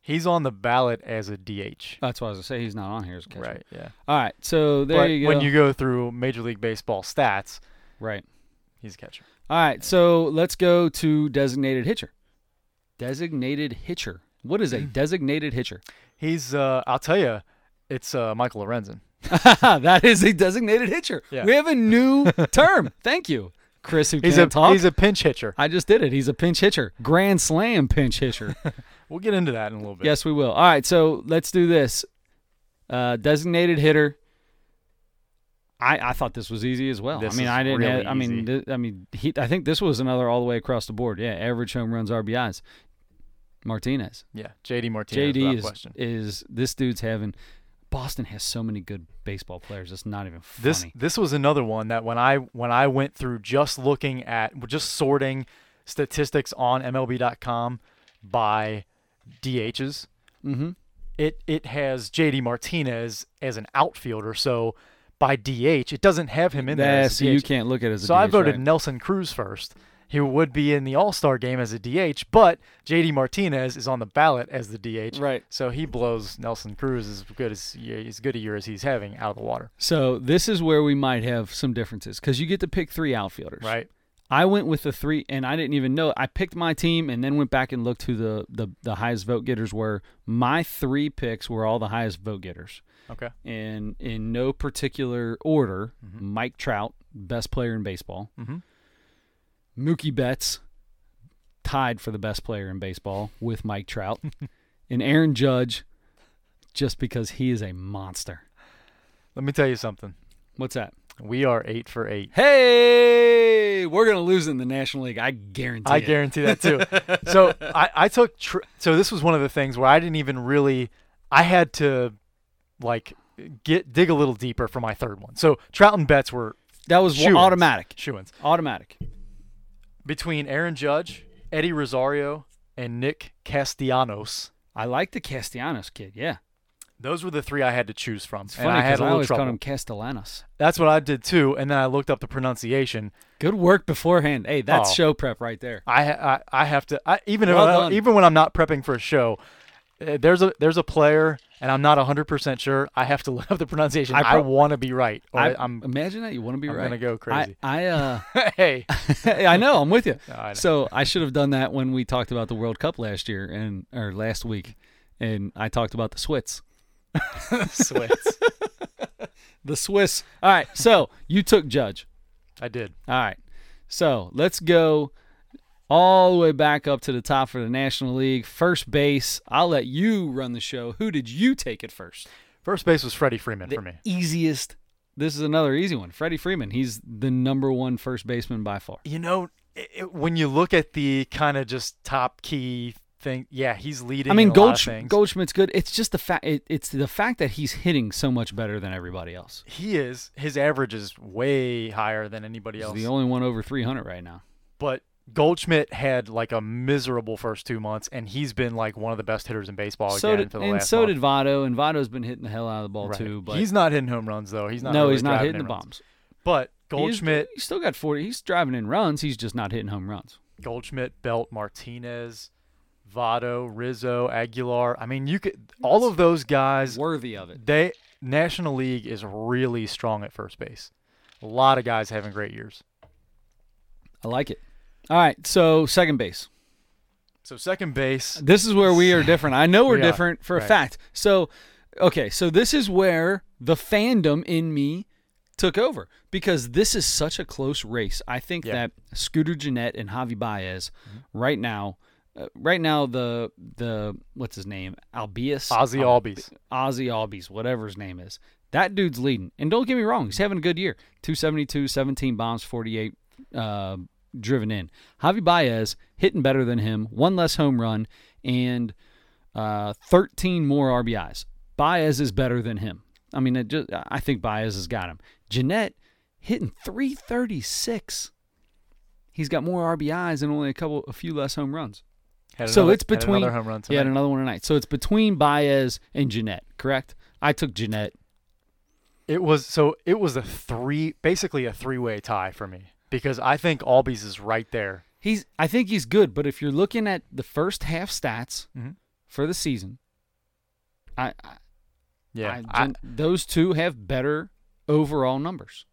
He's on the ballot as a DH. That's why I was gonna say he's not on here as a catcher. Right, yeah. All right, so there but you go. when you go through Major League Baseball stats, Right. he's a catcher. All right. So let's go to designated hitcher. Designated hitcher. What is a designated hitcher? He's uh I'll tell you, it's uh Michael Lorenzen. that is a designated hitcher. Yeah. We have a new term. Thank you, Chris, who He's can't a talk. he's a pinch hitcher. I just did it. He's a pinch hitcher. Grand slam pinch hitcher. We'll get into that in a little bit. yes, we will. All right. So let's do this. Uh, designated hitter. I, I thought this was easy as well. This I mean, is I didn't. really have- I mean, th- I mean, he, I think this was another all the way across the board. Yeah, average home runs, RBIs. Martinez. Yeah, JD Martinez. JD without is, question. is this dude's having. Boston has so many good baseball players. It's not even funny. This this was another one that when I when I went through just looking at just sorting statistics on MLB.com by DHs. Mm-hmm. It it has JD Martinez as an outfielder, so by DH it doesn't have him in there. That, as so a you DH. can't look at it as a So I DH, voted right? Nelson Cruz first, who would be in the All Star game as a DH, but JD Martinez is on the ballot as the DH. Right. So he blows Nelson Cruz as good as as good a year as he's having out of the water. So this is where we might have some differences because you get to pick three outfielders. Right. I went with the three, and I didn't even know. I picked my team and then went back and looked who the, the, the highest vote getters were. My three picks were all the highest vote getters. Okay. And in no particular order, Mike Trout, best player in baseball. Mhm. Mookie Betts, tied for the best player in baseball with Mike Trout. and Aaron Judge, just because he is a monster. Let me tell you something. What's that? We are eight for eight. Hey, we're gonna lose in the National League. I guarantee. I it. guarantee that too. so I, I took tr- so this was one of the things where I didn't even really I had to like get dig a little deeper for my third one. So Trout and Betts were that was Shoo-ins. automatic. shoo-ins. Automatic. between Aaron Judge, Eddie Rosario, and Nick Castellanos. I like the Castellanos kid. Yeah, Those were the three I had to choose from, it's and funny I had because a I, little always trouble. called him Castellanos. That's what I did too, and then I looked up the pronunciation. Good work beforehand. Hey, that's Oh. show prep right there. I ha- I, I have to I, even Well if I, done. even when I'm not prepping for a show, uh, there's a there's a player, and I'm not 100 percent sure. I have to look up the pronunciation. I I, pro- want to be right. Or I, am imagine that you want to be I'm right. gonna go crazy. I, I uh, hey. I know. I'm with you. I know. So I should have done that when we talked about the World Cup last year and or last week, and I talked about the Swiss. Sweats. The Swiss. All right. So you took Judge. I did. All right. So let's go all the way back up to the top for the National League. First base. I'll let you run the show. Who did you take at first? First base was Freddie Freeman for me. Easiest. This is another easy one. Freddie Freeman. He's the number one first baseman by far. You know, it, it- when you look at the kind of just top key thing, yeah, he's leading. I mean, in a lot of Goldsch- things. Goldschmidt's good. It's just the fact. It, it's the fact that he's hitting so much better than everybody else. he is. His average is way higher than anybody He's else. the only one over 300 right now. but Goldschmidt had like a miserable first two months, and he's been like one of the best hitters in baseball So again did, for the and last. so month. did Votto, and Votto's been hitting the hell out of the ball Right. too. But he's not hitting home runs though. He's not. no, really he's not driving hitting the in runs. bombs. But He is- Goldschmidt, He's still got 40. He's driving in runs. He's just not hitting home runs. Goldschmidt, Belt, Martinez, Votto, Rizzo, Aguilar. I mean, you could all of those guys. Worthy of it. They National League is really strong at first base. A lot of guys having great years. I like it. All right. So, second base. So second base, This is where we are different. I know we're We are, different for a right. fact. So, okay. So, this is where the fandom in me took over because this is such a close race. I think Yeah. Mm-hmm. that Scooter Jeanette and Javi Baez right now. Uh, right now, the the what's his name, Albius, Ozzy Al- Albies. Ozzy Albies, whatever his name is. That dude's leading. And don't get me wrong, he's having a good year. 272, 17 bombs, 48 uh, driven in. Javi Baez hitting better than him, one less home run, and uh, 13 more RBIs. Baez is better than him. I mean, it just, I think Baez has got him. Jeanette hitting 336. He's got more RBIs and only a couple, a few less home runs. Had So another- it's between had another home run He had tonight. another one tonight. So it's between Baez and Jeanette, correct? I took Jeanette. It was so it was a three, basically a three-way tie for me because I think Albies is right there. He's I think he's good, but if you're looking at the first half stats Mhm. for the season, I, I, Yeah, I- Jean- those two have better overall numbers.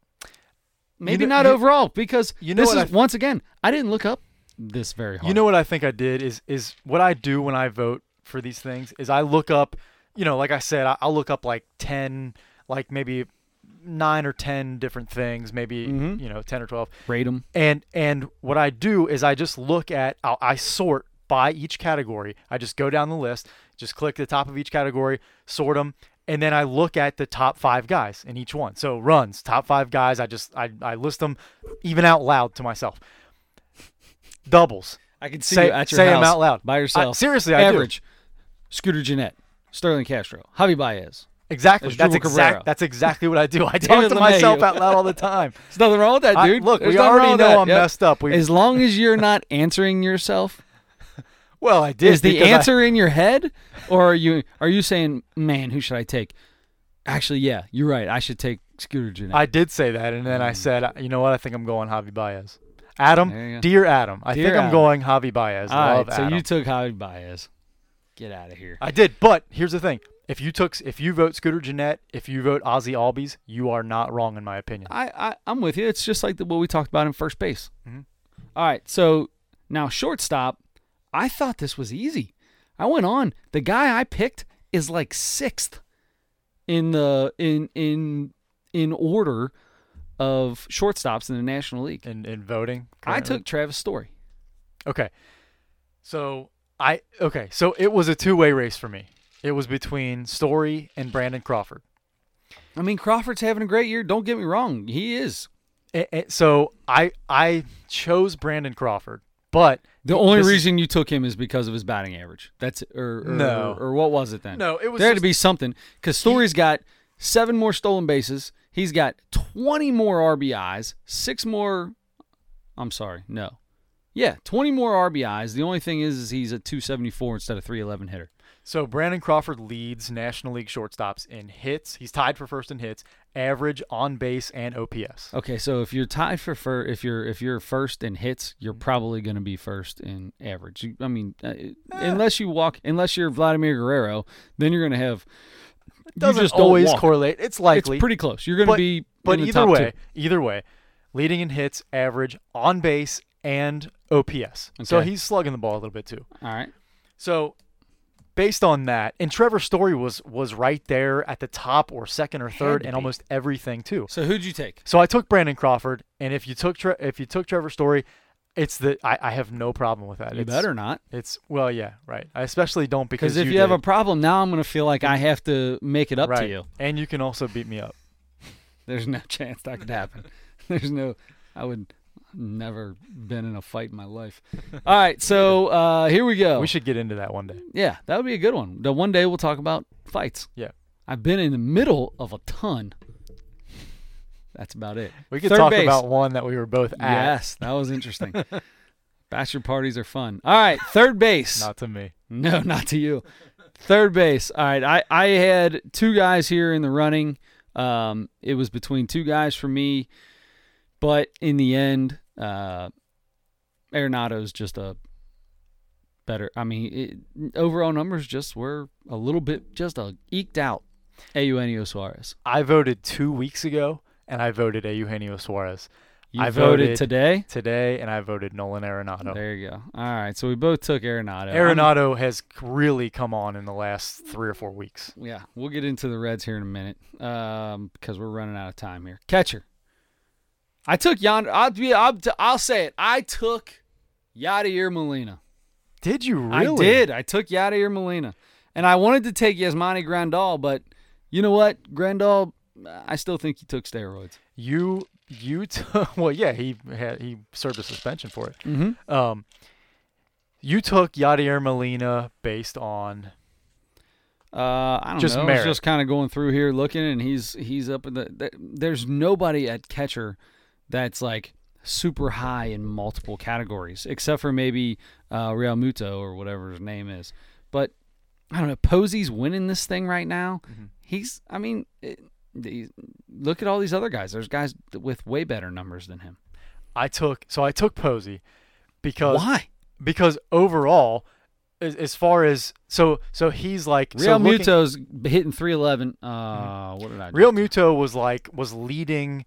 Maybe know- not you- overall because you know this what I is th- once again I didn't look up this very hard. You know what I think I did is is what I do when I vote for these things is I look up, you know, like I said, I, I'll look up like ten, like maybe nine or ten different things, maybe Mhm. you know ten or twelve, rate them. and and what I do is I just look at I'll, I sort by each category. I just go down the list, just click the top of each category, sort them, and then I look at the top five guys in each one. So runs, top five guys. I just I, I list them even out loud to myself. Doubles, I can see Say- you at your say 'em house out loud. by yourself. I- seriously, I do. average. Scooter Jeanette, Sterling Castro, Javi Baez. Exactly. There's That's Drupal Cabrera. exact. That's exactly what I do. I talk David to LeMahieu. myself out loud all the time. There's nothing wrong with that, I- dude. look, There's we nothing wrong already with know that. I'm messed up. We- As long as you're not answering yourself, Well, I did. Is the because I- answer in your head, or are you are you saying, man, who should I take? Actually, yeah, you're right. I should take Scooter Jeanette. I did say that, and then I said, you know what? I think I'm going Javi Baez. Mm. There you go. Adam, dear Adam, I Dear think Adam. I'm going Javi Baez. All Love right, so Adam. you took Javi Baez. Get out of here. I did, but here's the thing: if you took, if you vote Scooter Jeanette, if you vote Ozzy Albies, you are not wrong in my opinion. I, I I'm with you. It's just like the, what we talked about in first base. Mhm. All right, so now shortstop. I thought this was easy. I went on. The guy I picked is like sixth in the in in in order of shortstops in the National League. In in voting, I currently. took Travis Story. Okay, so I okay, so it was a two way race for me. It was between Story and Brandon Crawford. I mean, Crawford's having a great year. Don't get me wrong. He is. A- a- so I I chose Brandon Crawford, but The only this is- reason you took him is because of his batting average. That's or, or No. or, what was it then? No, it was there had to just- be something because Story's got seven more stolen bases. He's got twenty more RBIs, six more. I'm sorry, no, yeah, twenty more RBIs. The only thing is, is he's a two seventy four instead of three eleven hitter. So Brandon Crawford leads National League shortstops in hits. He's tied for first in hits, average, on base, and OPS. Okay, so if you're tied for, fir- if you're if you're first in hits, you're probably going to be first in average. You- I mean, uh, Eh. unless you walk, unless you're Vladimir Guerrero, then you're going to have. It doesn't you just don't always walk. correlate. It's likely. It's pretty close. You're going to but, be but in the either top way, two. either way, leading in hits, average, on base, and OPS. So Okay. he's slugging the ball a little bit too. All right. So based on that, and Trevor Story was was right there at the top or second or third to in be. almost everything too. So who'd you take? So I took Brandon Crawford, and if you took Tre- if you took Trevor Story, it's the I, I have no problem with that. You It's- better not, It's well, yeah, right. I especially don't because because if you, have a problem now, I'm going to feel like I have to make it up to you. and you can also beat me up. There's no chance that could happen. There's no. I would never been in a fight in my life. All right, so uh here we go. We should get into that one day. Yeah, that would be a good one. The one day we'll talk about fights. Yeah, I've been in the middle of a ton. That's about it. we could Third talk base. about one that we were both at. Yes, that was interesting. Bachelor parties are fun. All right, third base. Not to me. No, not to you. Third base. All right. I, I had two guys here in the running. Um, it was between two guys for me, but in the end, uh, Arenado's just a better. I mean, it, overall numbers just were a little bit just a eked out. Eugenio Suarez. I voted two weeks ago, and I voted Eugenio Suarez You I voted, voted- today. today, and I voted Nolan Arenado. There you go. All right. So we both took Arenado. Arenado has really come on in the last three or four weeks. Yeah, we'll get into the Reds here in a minute um, because we're running out of time here. Catcher. I took Yonder. I'll, be, I'll, I'll say it. I took Yadier Molina. Did you really? I did. I took Yadier Molina. And I wanted to take Yasmani Grandal, but you know what? Grandal, I still think he took steroids. You you took well, yeah. He had he served a suspension for it. Mhm. Um, you took Yadier Molina based on Uh, I don't Just know. I was merit. just kind of going through here looking, and he's he's up in the. th- There's nobody at catcher that's like super high in multiple categories, except for maybe uh, Real Muto or whatever his name is. But I don't know. Posey's winning this thing right now. Mm-hmm. He's. I mean, it, these- look at all these other guys. There's guys with way better numbers than him. I took so I took Posey because Why? because overall, as, as far as so so he's like so Real looking- Mm-hmm. Muto's hitting 311. Uh, what did I? do? Real Muto was like was leading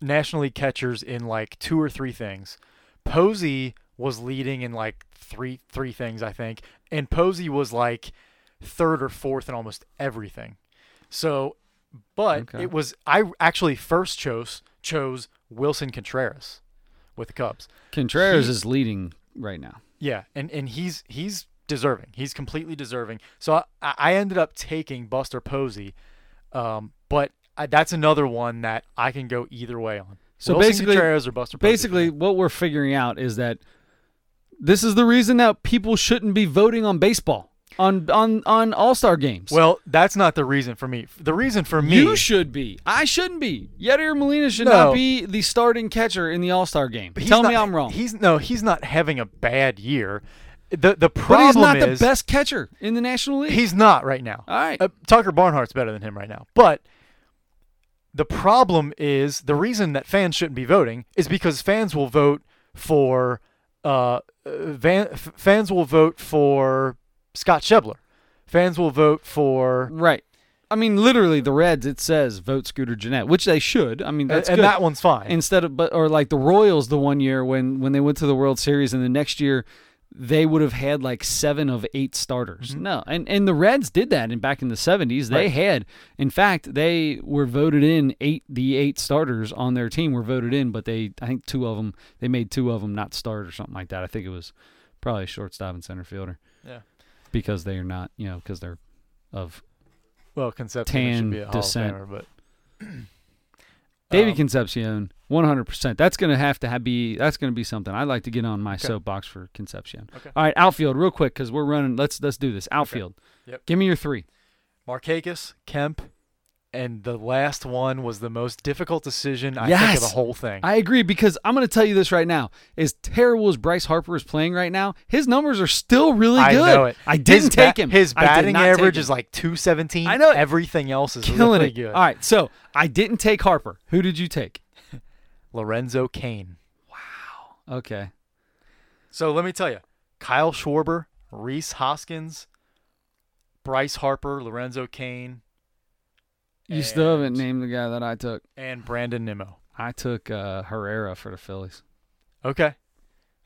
National League catchers in like two or three things. Posey was leading in like three three things I think, and Posey was like third or fourth in almost everything. So, but Okay. it was I actually first chose chose Wilson Contreras with the Cubs. Contreras he- is leading right now. Yeah, and and he's he's deserving. He's completely deserving. So I, I ended up taking Buster Posey, um, but I, that's another one that I can go either way on. So Wilson basically- Contreras or Buster. Posey. basically what we're figuring out is that this is the reason that people shouldn't be voting on baseball on on on all-star games well, that's not the reason for me. The reason for me, you should be i shouldn't be yadier molina should No. not be the starting catcher in the all-star game he's tell me not- i'm wrong He's no, he's not having a bad year. the the But problem he's not is the best catcher in the National League. he's not right now. All right. Uh, Tucker Barnhart's better than him right now. But the problem is the reason that fans shouldn't be voting is because fans will vote for uh, uh, van, f- fans will vote for Scott Shebler. Fans will vote for right. I mean, literally, the Reds, it says vote Scooter Jeanette, which they should. I mean, that's and good. that one's fine. instead of but or like the Royals the one year when when they went to the World Series and the next year they would have had like seven of eight starters. No, and and the Reds did that and back in the seventies. They Mm-hmm. Right. had, in fact, they were voted in eight. The eight starters on their team were voted in, but they I think two of them they made two of them not start or something like that. I think it was probably shortstop and center fielder. Yeah. because they are not you know because they're of well, Concepcion Tan should be a Hall of descent. Famer, but David Um, Concepcion, one hundred percent. That's going to have to ha- be. That's going to be something. I'd like to get on my soapbox for Concepcion. Okay. All right, outfield, real quick, because we're running. Let's let's do this. Outfield. Yep. Give me your three. Markakis, Kemp, and the last one was the most difficult decision I think Yes. of the whole thing. I agree because I'm going to tell you this right now. As terrible as Bryce Harper is playing right now, his numbers are still really I good. know it. I didn't His take ba- him. His I did batting not take average him. is like 217. I know it. Everything else is killing really it. good. All right, so I didn't take Harper. Who did you take? Lorenzo Kane. Okay. So let me tell you, Kyle Schwarber, Reese Hoskins, Bryce Harper, Lorenzo Kane, You still And- haven't named the guy that I took. and Brandon Nimmo. I took uh, Herrera for the Phillies. Okay.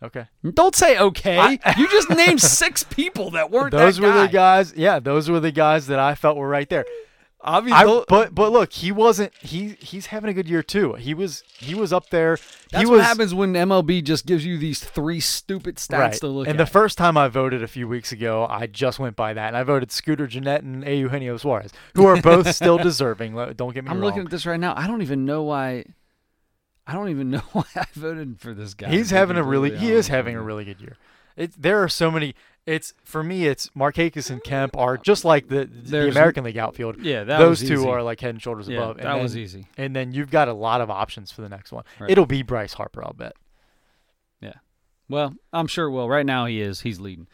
Okay. Don't say okay. I- you just named six people that weren't Those that were the guy. guys. Yeah, those were the guys that I felt were right there. Obviously, I, but but look, he wasn't. He he's having a good year too. He was he was up there. that's he what was, happens when MLB just gives you these three stupid stats to look and at. the first time I voted a few weeks ago, I just went by that, and I voted Scooter Jeanette and Eugenio Suarez, who are both still deserving. le- Don't get me I'm wrong. looking at this right now. I don't even know why. I don't even know why I voted for this guy. He's to be having a really completely he is honest having with a you. really good year. It there are so many. It's for me. It's Markakis and Kemp are just like the the There's- American League outfield. yeah. That Those was two easy. are like head and shoulders yeah, above. And that then, was easy. And then you've got a lot of options for the next one. Right. It'll be Bryce Harper, I'll bet. Well, I'm sure. Well, right now he is. He's leading.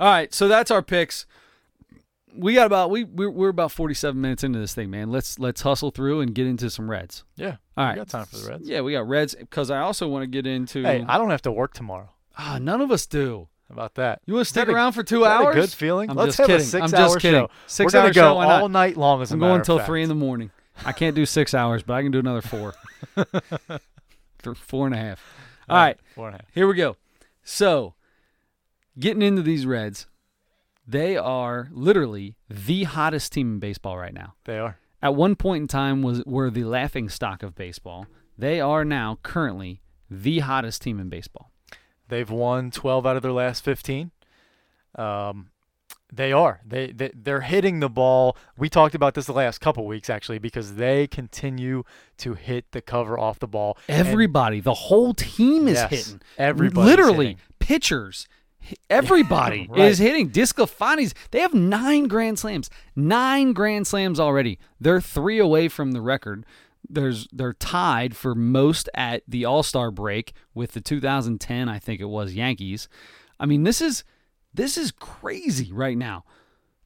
All right, so that's our picks. We got about we we're, we're about 47 minutes into this thing, man. Let's let's hustle through and get into some Reds. Yeah. All right. got time for the Reds. Yeah, we got Reds because I also want to get into. Hey, I don't have to work tomorrow. Ah, none of us do. How about that? You want to Is that stick a- around for two is that a hours? good feeling? I'm Let's just have a kidding. six I'm just hour kidding. show. Six We're gonna hour go show. why not? all night long. As a I'm matter going of till fact. three in the morning. I can't do six hours, but I can do another four, for four and a half. All right, Four and a half. here we go. So, getting into these Reds, they are literally the hottest team in baseball right now. They are. At one point in time, was were the laughing stock of baseball. They are now currently the hottest team in baseball. They've won 12 out of their last 15. Um, they are. They, they they're hitting the ball. We talked about this the last couple weeks actually because they continue to hit the cover off the ball. And Everybody, the whole team is Yes, hitting. everybody's literally hitting. pitchers. hi- Everybody Right. is hitting. Discofani's. They have nine grand slams. Nine grand slams already. They're three away from the record. There's they're tied for most at the All Star break with the 2010, I think it was Yankees. I mean, this is this is crazy right now.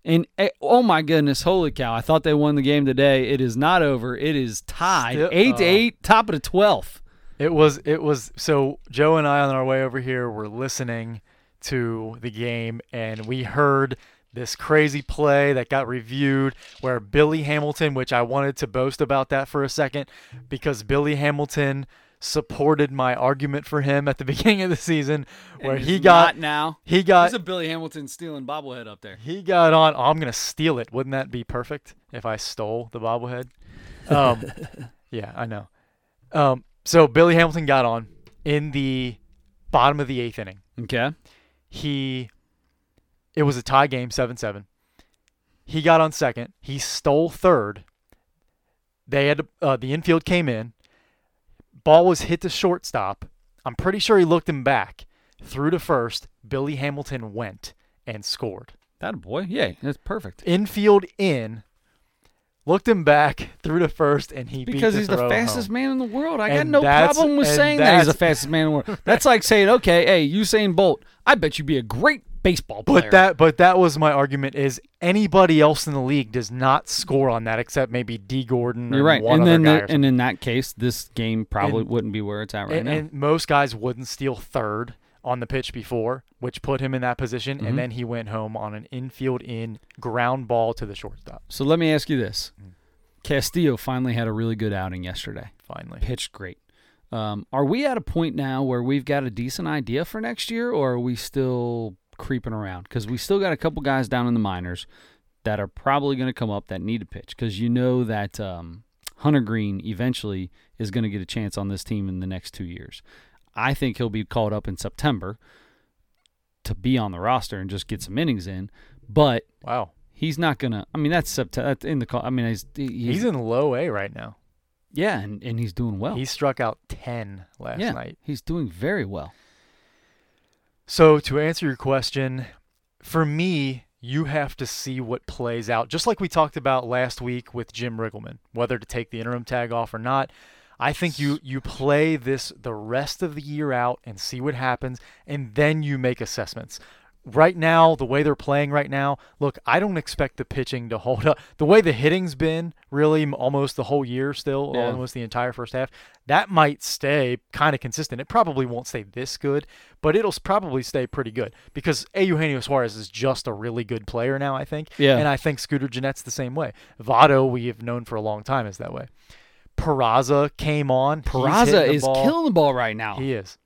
And eh, oh my goodness, holy cow! I thought they won the game today. It is not over. It is tied, Still- eight to oh. eight, top of the twelfth. It was it was so Joe and I on our way over here were listening to the game and we heard this crazy play that got reviewed where Billy Hamilton, which I wanted to boast about that for a second because Billy Hamilton supported my argument for him at the beginning of the season where he got now. he got He's a Billy Hamilton stealing bobblehead up there. he got on. Oh, I'm gonna steal it. Wouldn't that be perfect if I stole the bobblehead? Um, yeah, I know. Um, so Billy Hamilton got on in the bottom of the eighth inning. Okay. He, it was a tie game, seven-seven. He got on second. He stole third. They had uh, the infield came in. Ball was hit to shortstop. I'm pretty sure he looked him back. Threw to first. Billy Hamilton went and scored That a boy. Yeah, that's perfect. infield in, looked him back, threw to first, and he beat Because the he's the throw fastest home. man in the world. I got And no that's- problem with and saying that he's the that's- fastest man in the world. That's like saying, okay, hey, Usain Bolt, I bet you'd be a great baseball player. But that but that was my argument is anybody else in the league does not score on that except maybe D Gordon You're right. one And other then guy the- or and in that case, this game probably And- wouldn't be where it's at right and, now. and most guys wouldn't steal third on the pitch before, which put him in that position, Mhm. and then he went home on an infield in ground ball to the shortstop. so let me ask you this. Mm. Castillo finally had a really good outing yesterday. Finally, Pitched great. Um, are we at a point now where we've got a decent idea for next year, or are we still creeping around? Because we still got a couple guys down in the minors that are probably going to come up that need to pitch. Because you know that um, Hunter Green eventually is going to get a chance on this team in the next two years. I think he'll be called up in September to be on the roster and just get some innings in, but. wow, He's not gonna. I mean, that's September. That's in the. call. I mean, he's, he- he's, in low A right now. yeah, and, and he's doing well. He struck out ten last yeah, night. he's doing very well. So to answer your question, for me, you have to see what plays out. Just like we talked about last week with Jim Riggleman, whether to take the interim tag off or not. I think you you play this the rest of the year out and see what happens, and then you make assessments. Right now, the way they're playing right now, look, I don't expect the pitching to hold up. The way the hitting's been, really, m- almost the whole year, still, Yeah. almost the entire first half, that might stay kind of consistent. It probably won't stay this good, but it'll s- probably stay pretty good because A. Eugenio Suarez is just a really good player now, I think. Yeah. And I think Scooter Jeanette's the same way. Votto, we have known for a long time, is that way. Peraza came on. He's Peraza hitting the is ball. killing the ball right now. He is.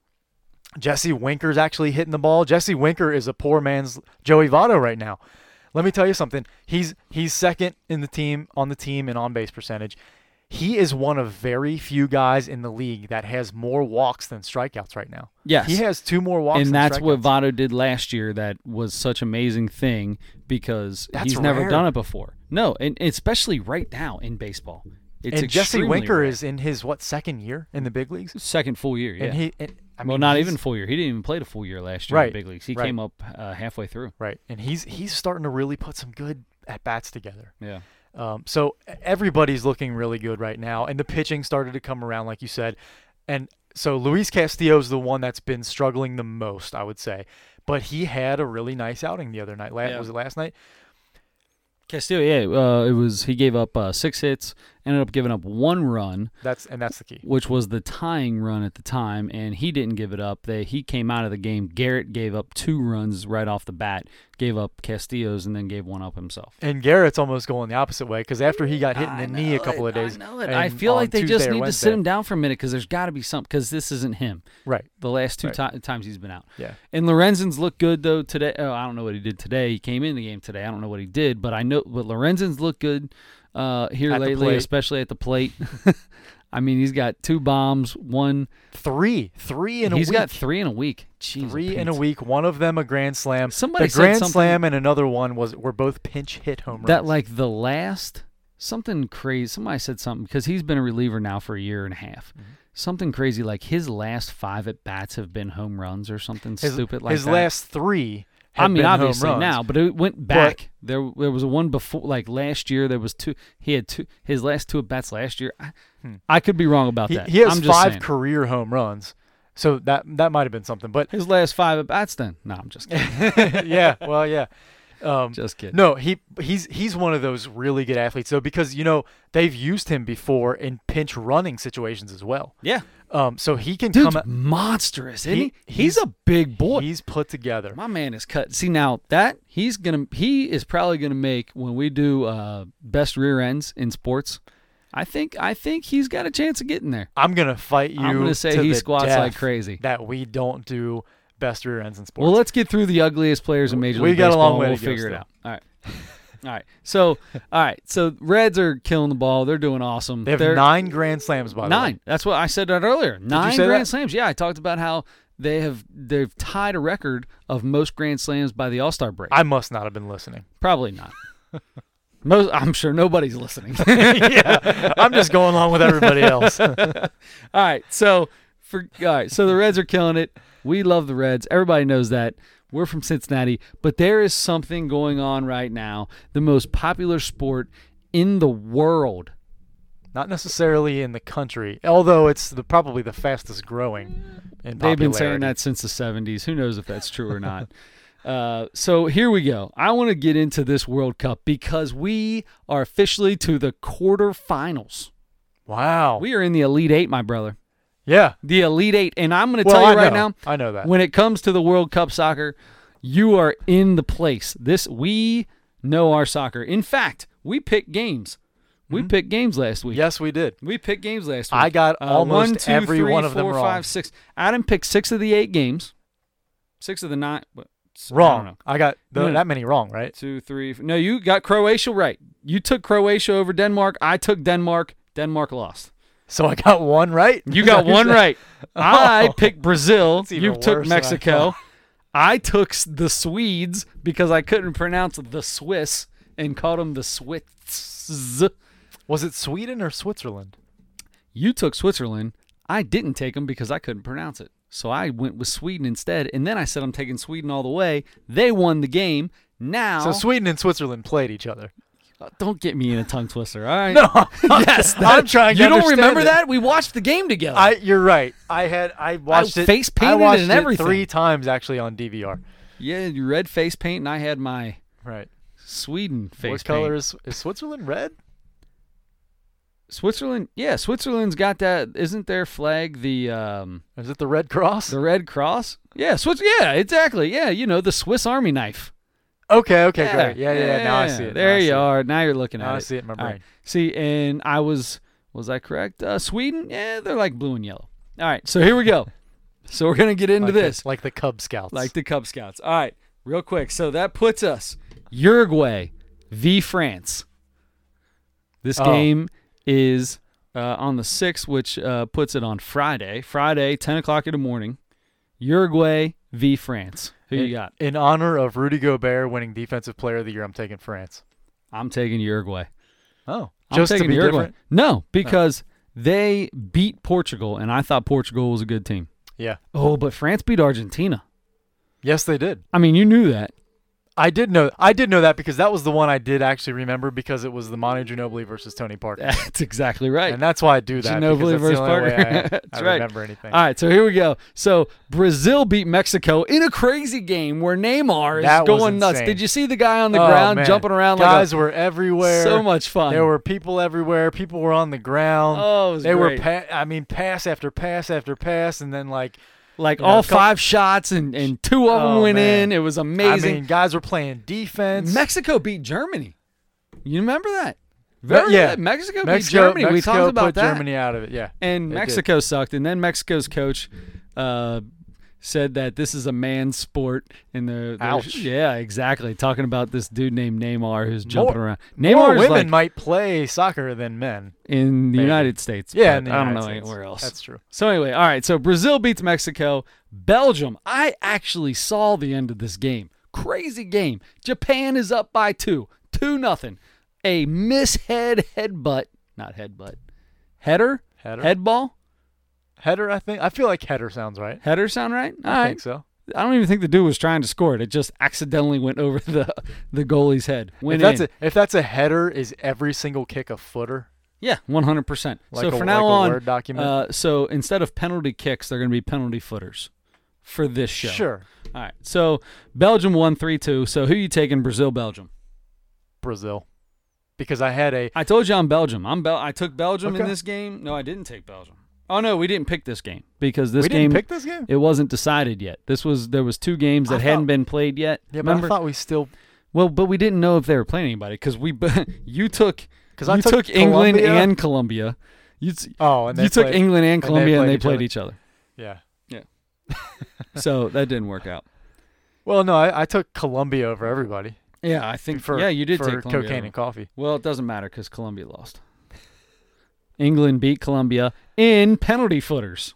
Jesse Winker's actually hitting the ball. Jesse Winker is a poor man's Joey Votto right now. Let me tell you something. He's he's second in the team on the team in on base percentage. He is one of very few guys in the league that has more walks than strikeouts right now. Yes. He has two more walks and than that's what strikeouts. Votto did last year that was such amazing thing because That's he's never rare. done it before. No, and and especially right now in baseball. It's and Jesse extremely Winker rare. is in his what second year in the big leagues? second full year, yeah. And he and, I mean well, not he's- even full year. He didn't even play the full year last year in Right, the big leagues. He right. came up uh, halfway through. right. And he's he's starting to really put some good at bats together. Yeah. Um, so everybody's looking really good right now, and the pitching started to come around, like you said. And so Luis Castillo's the one that's been struggling the most, I would say. But he had a really nice outing the other night. La- Yeah. Was it last night? Castillo, yeah, uh, it was he gave up uh, six hits, ended up giving up one run, That's and that's the key. which was the tying run at the time, and he didn't give it up. They he came out of the game. Garrett gave up two runs right off the bat, gave up Castillo's, and then gave one up himself. And Garrett's almost going the opposite way because after he got hit in the knee a couple of days, I know it. and I feel on like they just Tuesday or need to Wednesday- sit him down for a minute because there's got to be something because this isn't him. Right. The last two Right. ti- times he's been out. Yeah. And Lorenzen's looked good though today. Oh, I don't know what he did today. He came in the game today. I don't know what he did, but I know. But Lorenzen's looked good uh, here At the lately, plate. especially at the plate. I mean, he's got two bombs, one. Three, three in He's a week. got three in a week. Jeez, three in a Pete. week. One of them a grand slam. Somebody the said grand something- slam and another one was were both pinch hit home runs. That like the last something crazy. Somebody said something because he's been a reliever now for a year and a half. Mm-hmm. Something crazy like his last five at bats have been home runs or something his, stupid like his that. last three. Have I mean, been home obviously runs. now, but it went back. there, there was one before, like last year. There was two. He had two. His last two at bats last year. I, I could be wrong about Hmm. He, that. he has I'm just five saying. career home runs, so that that might have been something. But his last five at bats. Then no, I'm just kidding. yeah, well, yeah. Um, just kidding. no, he he's he's one of those really good athletes. So because you know they've used him before in pinch running situations as well. yeah, Um, so he can dude's come. monstrous, isn't he? He- He's, he's- a big boy. He's put together. My man is cut. See now that he's gonna he is probably gonna make when we do uh best rear ends in sports. I think I think he's got a chance of getting there. I'm gonna fight you. I'm gonna say to he the squats death like crazy. That we don't do best rear ends in sports. Well, let's get through the ugliest players in Major We League got a Baseball. long way and to we'll go figure it still. out. All right. All right. So, all right. So, Reds are killing the ball. They're doing awesome. they have are nine grand slams by the way. Nine. That's what I said that earlier. Nine say grand that? slams. Yeah, I talked about how they have they've tied a record of most grand slams by the All Star break. I must not have been listening. Probably not. Most, I'm sure nobody's listening. All yeah, I'm just going along with everybody else. right. So for all right. So the Reds are killing it. We love the Reds. Everybody knows that. We're from Cincinnati, but there is something going on right now. The most popular sport in the world. Not necessarily in the country, although it's the, probably the fastest growing. In They've been saying popularity. that since the 70s. Who knows if that's true or not? Uh, so here we go. I want to get into this World Cup because we are officially to the quarterfinals. Wow. We are in the Elite Eight, my brother. yeah. The Elite Eight. And I'm going to Well, tell you I right know. now, I know that. when it comes to the World Cup soccer, you are in the place. This we know our soccer. In fact, we picked games. We picked games last week. yes, we did. We picked games last week. Mm-hmm. Uh, I got almost one, two, every three, one of them four, wrong. five, six. Adam picked six of the eight games. Six of the nine. What, s- I don't know. Wrong. I, got the, No. that many wrong, right? Two, three. f- No, you got Croatia right. You took Croatia over Denmark. I took Denmark. Denmark lost. So I got one right. You got one right. I Oh. picked Brazil. That's even You took worse than I Mexico. thought. I took s- the Swedes because I couldn't pronounce the Swiss and called them the Swiss. Was it Sweden or Switzerland? You took Switzerland. I didn't take them because I couldn't pronounce it. So I went with Sweden instead. And then I said I'm taking Sweden all the way. They won the game. Now, Uh, So Sweden and Switzerland played each other. don't get me in a tongue twister. All right. No, yes, I'm trying. to You don't understand remember it. that? We watched the game together. I, you're right. I had I watched it. face I painted it watched and it everything. three times actually on DVR. yeah, you red face paint, and I had my Right. Sweden face what paint. color is is Switzerland red? Switzerland? Yeah, Switzerland's got that. Isn't their flag the um Is it the Red Cross? the Red Cross? Yeah, Swiss. Yeah, exactly. Yeah, you know the Swiss Army knife. okay. Okay. Great. Yeah. Yeah. Now I yeah. see it. Now There I see you it. are. Now you're looking at Now I it. see it in my All brain. right. See, and I was was I correct? Uh, Sweden? Yeah, they're like blue and yellow. All right, so here we go. so we're gonna get into Like the- this. like the Cub Scouts. like the Cub Scouts. All right, real quick. So that puts us Uruguay v France. This Oh. game is uh, on the sixth, which uh, puts it on Friday. Friday, ten o'clock in the morning. Uruguay v France. Who in, you got? in honor of Rudy Gobert winning Defensive Player of the Year. I'm taking France. I'm taking Uruguay. Oh, I'm just to taking be Uruguay. different. Oh. No, because they beat Portugal, and I thought Portugal was a good team. Yeah. Oh, but France beat Argentina. Yes, they did. I mean, you knew that. I did know. I did know that because that was the one I did actually remember because it was the Monte Ginobili versus Tony Parker, That's exactly right. and that's why I do that. because Ginobili that's versus the only way Parker. I- I, That's right. remember anything. All right, so here we go. So Brazil beat Mexico in a crazy game where Neymar is That was going nuts. insane. Did you see the guy on the Oh, ground man. jumping around Guys like were a, everywhere. so much fun? There were people everywhere. People were on the ground. Oh, it was they great. were. Pa- I mean, pass after pass after pass, and then like like you know, all a couple- five shots and, and two of them Oh, went in. man. It was amazing. I mean, guys were playing defense. Mexico beat Germany. You remember that? Very yeah. good. Mexico, Mexico, beat Germany. we Mexico talked about put that. Germany out of it. Yeah, and They did. Mexico sucked. And then Mexico's coach uh, said that this is a man's sport. And the the- Ouch. yeah, exactly. Talking about this dude named Neymar who's jumping More- around. more Neymar is women like might play soccer than men. in the maybe. United States. Yeah, but in the I don't United know States. anywhere else. That's true. So anyway, all right. So Brazil beats Mexico. Belgium. I actually saw the end of this game. Crazy game. Japan is up by two, two nothing. A mishead headbutt, not headbutt, header, Header. headball, Header, I think. I feel like header sounds right. header. Sound right? All I right. think so. I don't even think the dude was trying to score it. It just accidentally went over the the goalie's head. If Went that's, in. a, if that's a header, is every single kick a footer? Yeah, one hundred percent. Like So a- for like now a on, Word document? Uh, so instead of penalty kicks, they're going to be penalty footers for this show. Sure. All right. So Belgium won three two. So who you taking? Brazil, Belgium. Brazil. Because I had a. I told you I'm Belgium. I'm Bel. I took Belgium in Okay. this game. No, I didn't take Belgium. Oh no, we didn't pick this game because this we game didn't pick this game? it wasn't decided yet. This was there was two games that I hadn't thought- been played yet. Yeah, but Remember? I thought we still. Well, but we didn't know if they were playing anybody because we you took 'Cause I you took took, England Colombia. and Colombia. You, t- Oh, and they you took played- England and they Colombia and played they each played other. each other. Yeah. so that didn't work out. Well, no, I, I took Colombia over everybody Yeah, I think for yeah you did for take Colombia. cocaine over. and coffee. Well, it doesn't matter because Colombia lost. England beat Colombia in penalty footers,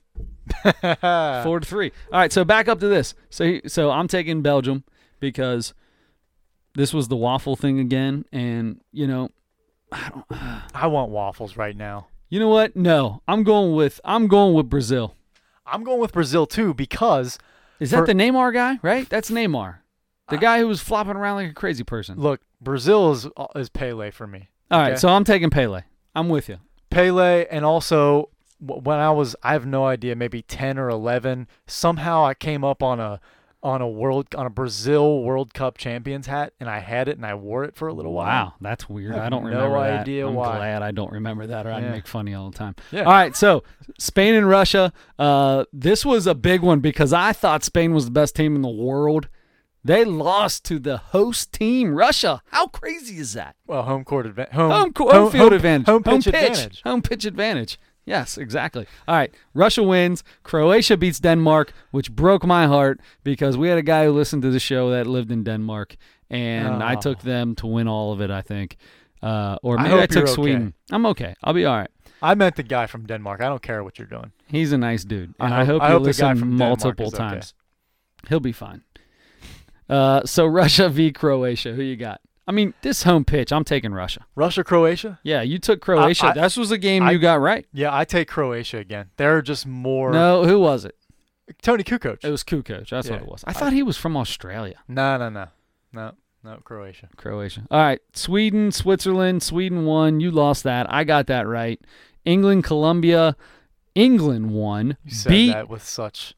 Uh, four to three. All right, so back up to this. So so I'm taking Belgium because this was the waffle thing again, and you know I want waffles right now. you know what? No, I'm going with I'm going with Brazil. I'm going with Brazil too because Is For- that the Neymar guy? Right? That's Neymar, the guy who was flopping around like a crazy person. look, Brazil is uh, is Pele for me. All right, okay. so I'm taking Pele. I'm with you. Pele, and also w- when I was, I have no idea, maybe ten or eleven. Somehow I came up on a on a world on a Brazil World Cup champions hat, and I had it and I wore it for a little while. Wow, that's weird. I have I don't no remember that. idea I'm why. glad I don't remember that, or I'd Yeah. make funny all the time. Yeah. All right, so Spain and Russia. Uh, this was a big one because I thought Spain was the best team in the world. They lost to the host team, Russia. How crazy is that? Well, home court advantage. Home, Home, co- home field advantage. Home pitch, advantage. Home pitch advantage. Yes, exactly. All right. Russia wins. Croatia beats Denmark, which broke my heart because we had a guy who listened to the show that lived in Denmark, and I Oh. took them to win all of it, I think. Uh, or I maybe I, hope took you're okay. Sweden. I'm okay. I'll be all right. I meant the guy from Denmark. I don't care what you're doing. He's a nice dude. And I I hope hope- I you hope the guy listen from Denmark multiple is okay. times. He'll be fine. Uh, so Russia v Croatia. Who you got? I mean, this home pitch, I'm taking Russia. Russia, Croatia. Yeah, you took Croatia. I- this was a game I- you got right. Yeah, I take Croatia again. They're just more No, Oh. who was it? Tony Kukoc. It was Kukoc. That's what Yeah. it was. I thought he was from Australia, No, no, no, no, no. Croatia. Croatia. All right, Sweden, Switzerland. Sweden won. You lost that. I got that right. England, Colombia. England won. You said beat. that with such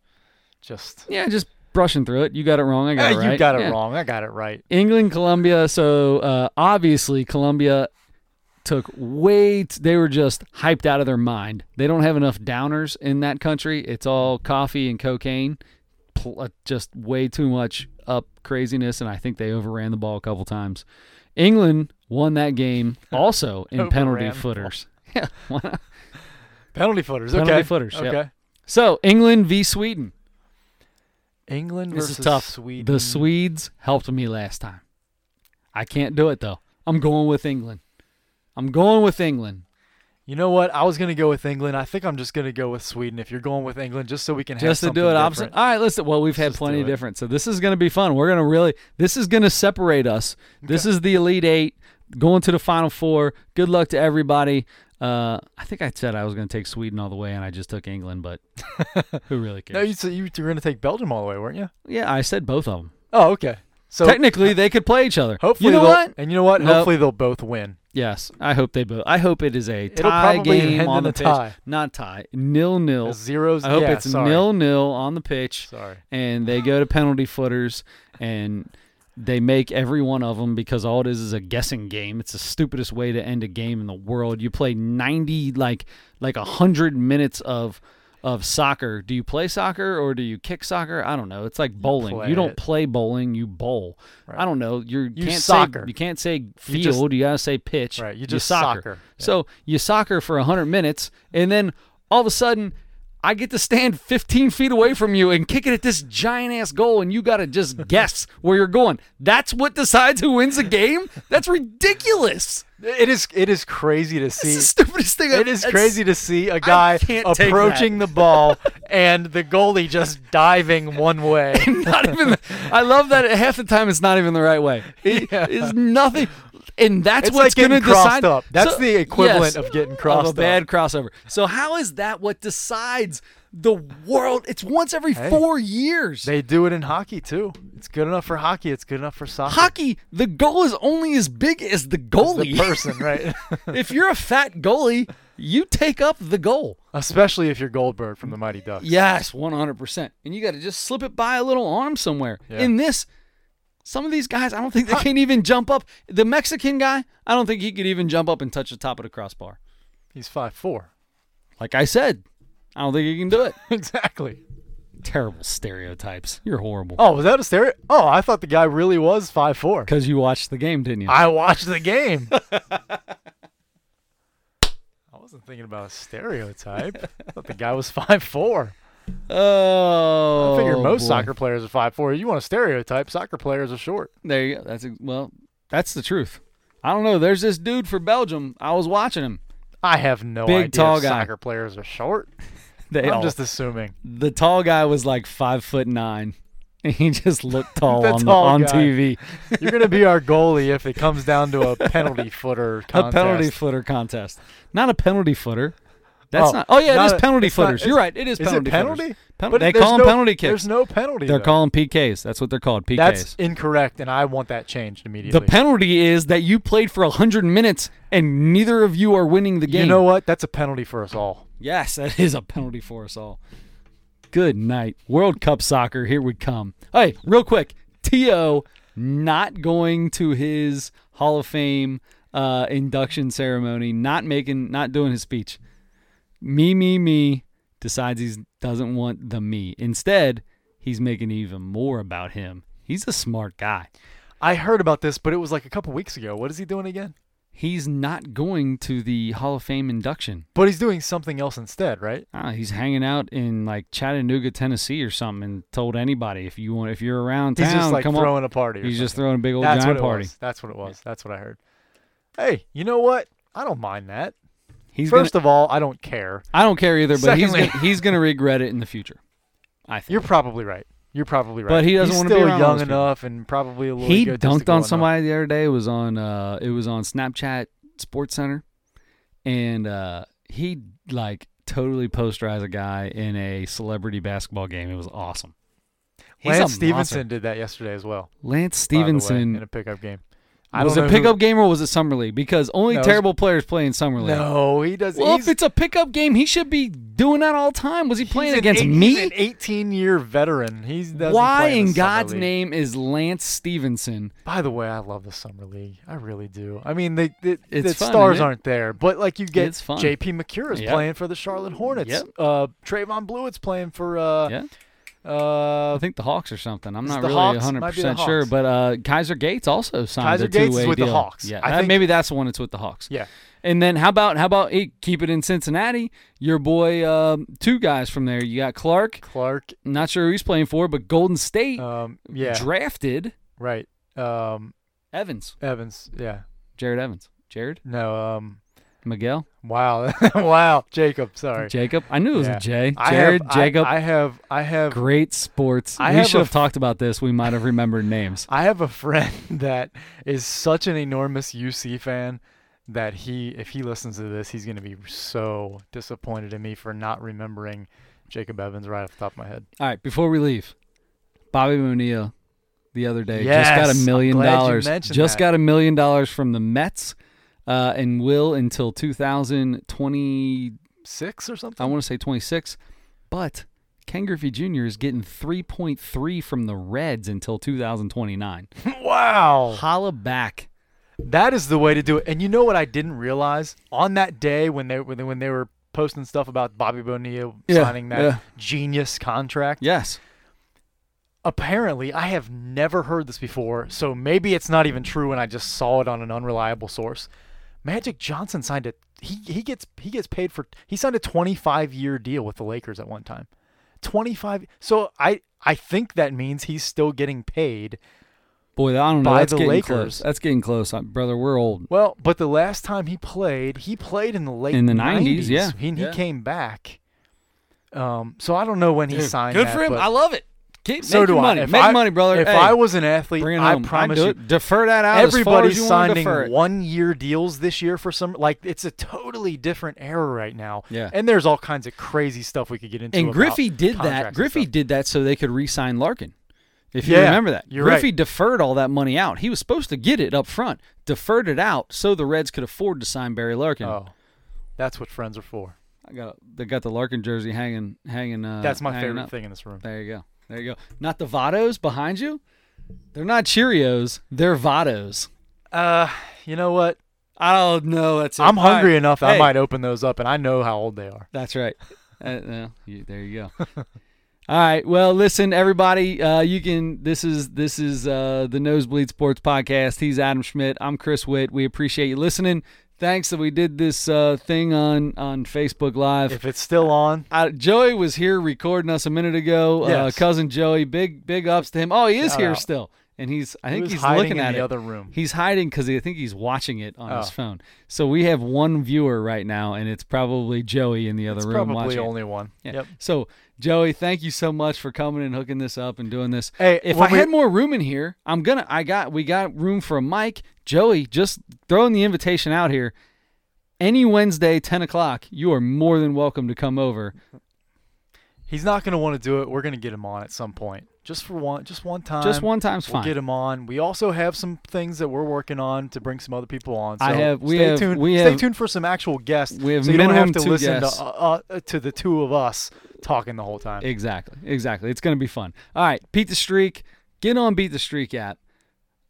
just. Yeah, just brushing through it. You got it wrong. I got Hey, it right. you got it Yeah. wrong. I got it right. England, Colombia. So uh, obviously, Colombia took way. T- they were just hyped out of their mind. They don't have enough downers in that country. It's all coffee and cocaine, pl- uh, just way too much up craziness. And I think they overran the ball a couple times. England won that game also in penalty Overran the ball. footers. Yeah, why not? Penalty footers. Penalty okay. footers, yep. Okay. So England v Sweden. England This versus is tough. Sweden. The Swedes helped me last time. I can't do it though. I'm going with England. I'm going with England. You know what? I was gonna go with England. I think I'm just gonna go with Sweden. If you're going with England, just so we can Just to have do it something opposite. different. All right, listen. Well, we've Let's had just plenty do of it. different, so this is going to be fun. We're going to really. This is going to separate us. This is the Elite Eight going to the Final Four. Good luck to everybody. Uh, I think I said I was going to take Sweden all the way, and I just took England. But who really No, cares? you said you were gonna take Belgium all the way, weren't you? yeah, I said both of them. Oh, okay. So uh, Technically, they could play each other. hopefully, you know they'll- what? And you know what? Nope. Hopefully, they'll both win. Yes, I hope they both. I hope it is a It'll tie probably game end on in the a pitch. tie. Not tie, nil A nil. zeros. I hope yeah, it's sorry. nil nil on the pitch, Sorry. and they go to penalty footers, and they make every one of them because all it is is a guessing game. It's the stupidest way to end a game in the world. You play ninety like like hundred minutes of of soccer. Do you play soccer or do you kick soccer? I don't know. It's like bowling. You, play don't it. play bowling. You bowl. Right. I don't know. You're, You can't soccer. Say, you can't say field. You, just- gotta say pitch. Right, you just soccer. soccer. Yeah. So you soccer for hundred minutes, and then all of a sudden, I get to stand fifteen feet away from you and kick it at this giant ass goal, and you gotta just guess where you're going. That's what decides who wins the game. That's ridiculous. It is. It is crazy to It's the see. stupidest thing. It is crazy to see a guy can't take that. approaching the ball and the goalie just diving one way. not even. I love that half the time it's not even the right way. It Yeah. is nothing, and that's It's what's like going getting to crossed decide. up. That's the equivalent of getting crossed of a up. bad crossover. So how is that what decides the world? It's once every Hey. four years. They do it in hockey too. It's good enough for hockey. It's good enough for soccer. Hockey, the goal is only as big as the It's goalie. the person, right? if you're a fat goalie, you take up the goal. Especially if you're Goldberg from the Mighty Ducks. Yes, 100%. And you got to just slip it by a little arm somewhere. Yeah. In this, some of these guys, I don't think they can even jump up. The Mexican guy, I don't think he could even jump up and touch the top of the crossbar. He's five four. Like I said, I don't think he can do it. Exactly. Terrible stereotypes. You're horrible. Oh, was that a stereo? Oh, I thought the guy really was five four. Because you watched the game, didn't you? I watched the game. I wasn't thinking about a stereotype. I thought the guy was five four. oh. I figure most boy. soccer players are five four. You want a stereotype? Soccer players are short. There you go. That's a, well, that's the truth. I don't know. There's this dude for Belgium. I was watching him. I have no Big, idea. tall if guy. Soccer players are short. They I'm all- just assuming. the tall guy was like five foot nine. And he just looked tall The on, the, tall on guy. TV. You're gonna be our goalie if it comes down to a penalty footer A contest. penalty footer contest. Not a penalty footer. That's Oh, not. Oh yeah, not it is a- penalty it's not- footers. it's- You're right. It is Is penalty. it penalty? Footers. Pen- But they there's call them no- penalty kicks. There's no penalty. They're though. calling PKs. That's what they're called. PKs. That's incorrect, and I want that changed the immediately. penalty is that you played for hundred minutes and neither of you are winning the game. you know what? That's a penalty for us all. Yes, that is a penalty for us all. Good night. World Cup soccer, here we come. Hey, real quick, T.O. not going to his Hall of Fame uh, induction ceremony, not making, not doing his speech. Me, me, me decides he doesn't want the me. Instead, he's making even more about him. He's a smart guy. I heard about this, but it was like a couple weeks ago. What is he doing again? He's not going to the Hall of Fame induction. But he's doing something else instead, right? Ah, he's hanging out in like Chattanooga, Tennessee, or something, and told anybody if you want, if you're around town, he's just like come on. throwing a party. or He's just something. throwing a big old That's what giant it party. was. That's what it was. That's what I heard. Hey, you know what? I don't mind that. He's gonna, First of all, I don't care. I don't care either, but he's Secondly- gonna, he's going to regret it in the future. I think You're probably right. You're probably right. But he doesn't He's wanna be still around all young those people. enough and probably a little he egotistical dunked on enough. somebody the other day. It was on uh, it was on Snapchat Sports Center, and uh, he like totally posterized a guy in a celebrity basketball game. It was awesome. He's a Lance monster. Stevenson did that yesterday as well. Lance by the way, Stevenson in a pickup game. was don't a know who- pickup game or was it summer league? Because only No, it was- terrible players play in summer league. No, he does. Well, he's, if it's a pickup game, he should be doing that all the time. Was he he's playing an against eight- me? He's an 18-year veteran. He's Why in, God's name is Lance Stevenson? By the way, I love the summer league. I really do. I mean, they, they It's the fun, stars isn't it? aren't there, but like you get It's fun. J.P. McCure is Yep. playing for the Charlotte Hornets. Yep. Uh, Trayvon Blewett's playing for. Uh, Yeah. uh, I think the Hawks or something. I'm It's not the really Hawks. 100 Might be the percent sure, Hawks. but uh, Kaiser Gates also signed Kaiser a two-way Gates is with the deal. Hawks. Yeah, I that- think- maybe that's the one that's with the Hawks. yeah. And then how about how about hey, keep it in Cincinnati? Your boy, um, two guys from there. You got Clark. Clark. Not sure who he's playing for, but Golden State Um, yeah. drafted right. Um, Evans, Evans. Yeah. Jared Evans, Jared No. Um, Miguel, wow. wow. Jacob. Sorry. Jacob. I knew it was Yeah. a J. I Jared, have, I- Jacob. I, have. I have. great sports. I we have should a have talked about this. We might have remembered names. I have a friend that is such an enormous UC fan that he, if he listens to this, he's going to be so disappointed in me for not remembering Jacob Evans right off the top of my head. All right, before we leave, Bobby Bonilla the other day just got Yes, a I'm 1000000 glad you dollars. mentioned Just that. got a million dollars from the Mets uh, and will until 2020. Six or something? I want to say 26, but Ken Griffey Jr. is getting 3.3 from the Reds until 2029. wow. Holla back. That is the way to do it. And you know what I didn't realize on that day when they when they, when they were posting stuff about Bobby Bonilla Yeah, signing that yeah. genius contract. Yes. apparently i have never heard this before so maybe it's not even true and i just saw it on an unreliable source magic johnson signed a he, he gets he gets paid for he signed a 25 year deal with the lakers at one time 25 so i i think that means he's still getting paid Boy, I don't know. By That's the getting Lakers. close. That's getting close, Uh, brother. We're old. well but the last time he played he played in the late In the 90s, yeah. he, Yeah. he came back um so i don't know when he signed Good that, for him. but- I love it. Keep, so make do your I. money. If make I- money, brother. If Hey, I was an athlete, bring it I home. I'd promise do you, it. Defer that out. as far as everybody's you wanna signing defer it. one year deals this year for some like it's a totally different era right now Yeah. and there's all kinds of crazy stuff we could get into And about Griffey did contracts that. and Griffey stuff. did that so they could re-sign Larkin. If you Yeah, remember that, you're Griffey right. deferred all that money out. He was supposed to get it up front, deferred it out so the Reds could afford to sign Barry Larkin. oh that's what friends are for I got they got the Larkin jersey hanging hanging. Uh, that's my hanging favorite up. thing in this room There you go. There you go. Not the Vados behind you. They're not Cheerios. They're Vados. uh you know what I don't know. Oh, That's it. i'm All right. hungry enough Hey. i might open those up and i know how old they are That's right. Uh, no, you- there you go. All right. Well, listen, everybody. Uh, you can. This is this is uh, the Nosebleed Sports Podcast. He's Adam Schmidt. I'm Chris Witt. We appreciate you listening. Thanks that we did this uh, thing on on Facebook Live. if it's still on I, Joey was here recording us a minute ago. Yes. Uh, cousin Joey, big big ups to him. Oh, he is Shout here out. still, and he's I he think was he's hiding looking in at the it. other room He's hiding because I think he's watching it on his Oh. phone. So we have one viewer right now, and it's probably Joey in the other it's room probably watching. it. only one Yeah. yep So, Joey, thank you so much for coming and hooking this up and doing this. Hey, if I when we- had more room in here, I'm gonna. I got we got room for a mic. Joey, just throwing the invitation out here. Any Wednesday, ten o'clock, you are more than welcome to come over. He's not going to want to do it. We're going to get him on at some point, just for one, just one time. Just one time's We'll fine. get him on. We also have some things that we're working on to bring some other people on. So I have- we stay have- tuned. we stay have- tuned for some actual guests. we have so you don't minimum have to two listen guests. to uh, uh, to the two of us talking the whole time. Exactly. Exactly. It's going to be fun. All right. Beat the Streak. Get on Beat the Streak app.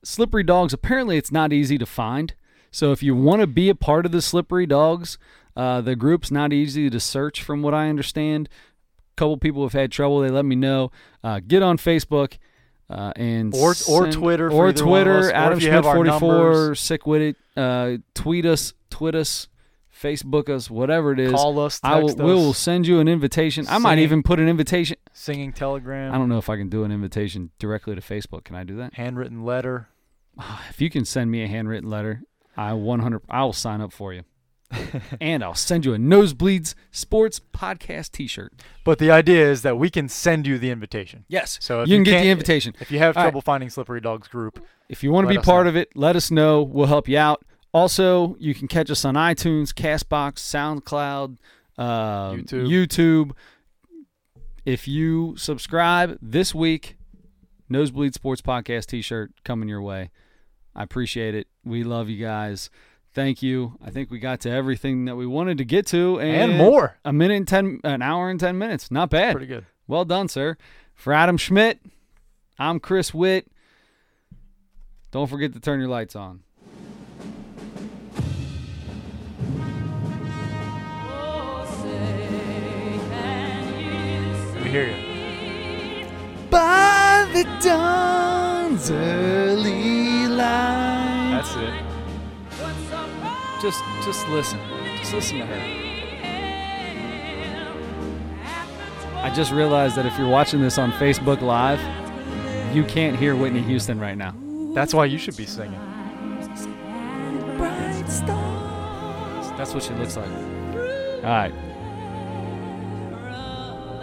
Slippery Dogs, apparently, it's not easy to find. So if you want to be a part of the Slippery Dogs, uh, the group's not easy to search, from what I understand. A couple people have had trouble. They let me know. Uh, get on Facebook. Uh, and Or- or Twitter for or either one of Twitter us, or Adam if you have Schmidt our forty four numbers. sick with it uh, tweet us tweet us Facebook us whatever it is Call us, I will text we will us. send you an invitation I might Sing it. even put an invitation Singing telegram, I don't know if I can do an invitation directly to Facebook. Can I do that? handwritten letter. If you can send me a handwritten letter, I 100 I'll sign up for you. and I'll send you a Nosebleeds Sports Podcast t-shirt. But the idea is that we can send you the invitation. Yes. So if you can get the can't- invitation. If you have All right. trouble finding Slippery Dogs group, If you want to Let be us part know. of it, let us know. We'll help you out. Also, you can catch us on iTunes, Castbox, SoundCloud, um, YouTube. YouTube. If you subscribe this week, Nosebleed Sports Podcast T-shirt coming your way. I appreciate it. We love you guys. Thank you. I think we got to everything that we wanted to get to, and, and, more. A minute and ten, an hour and ten minutes. Not bad. Pretty good. Well done, sir. For Adam Schmidt, I'm Chris Witt. Don't forget to turn your lights on. We hear you. By the dawn's early light. That's it. Just, just listen. Just listen to her. I just realized that if you're watching this on Facebook Live, you can't hear Whitney Houston right now. That's why you should be singing. That's what she looks like. All right.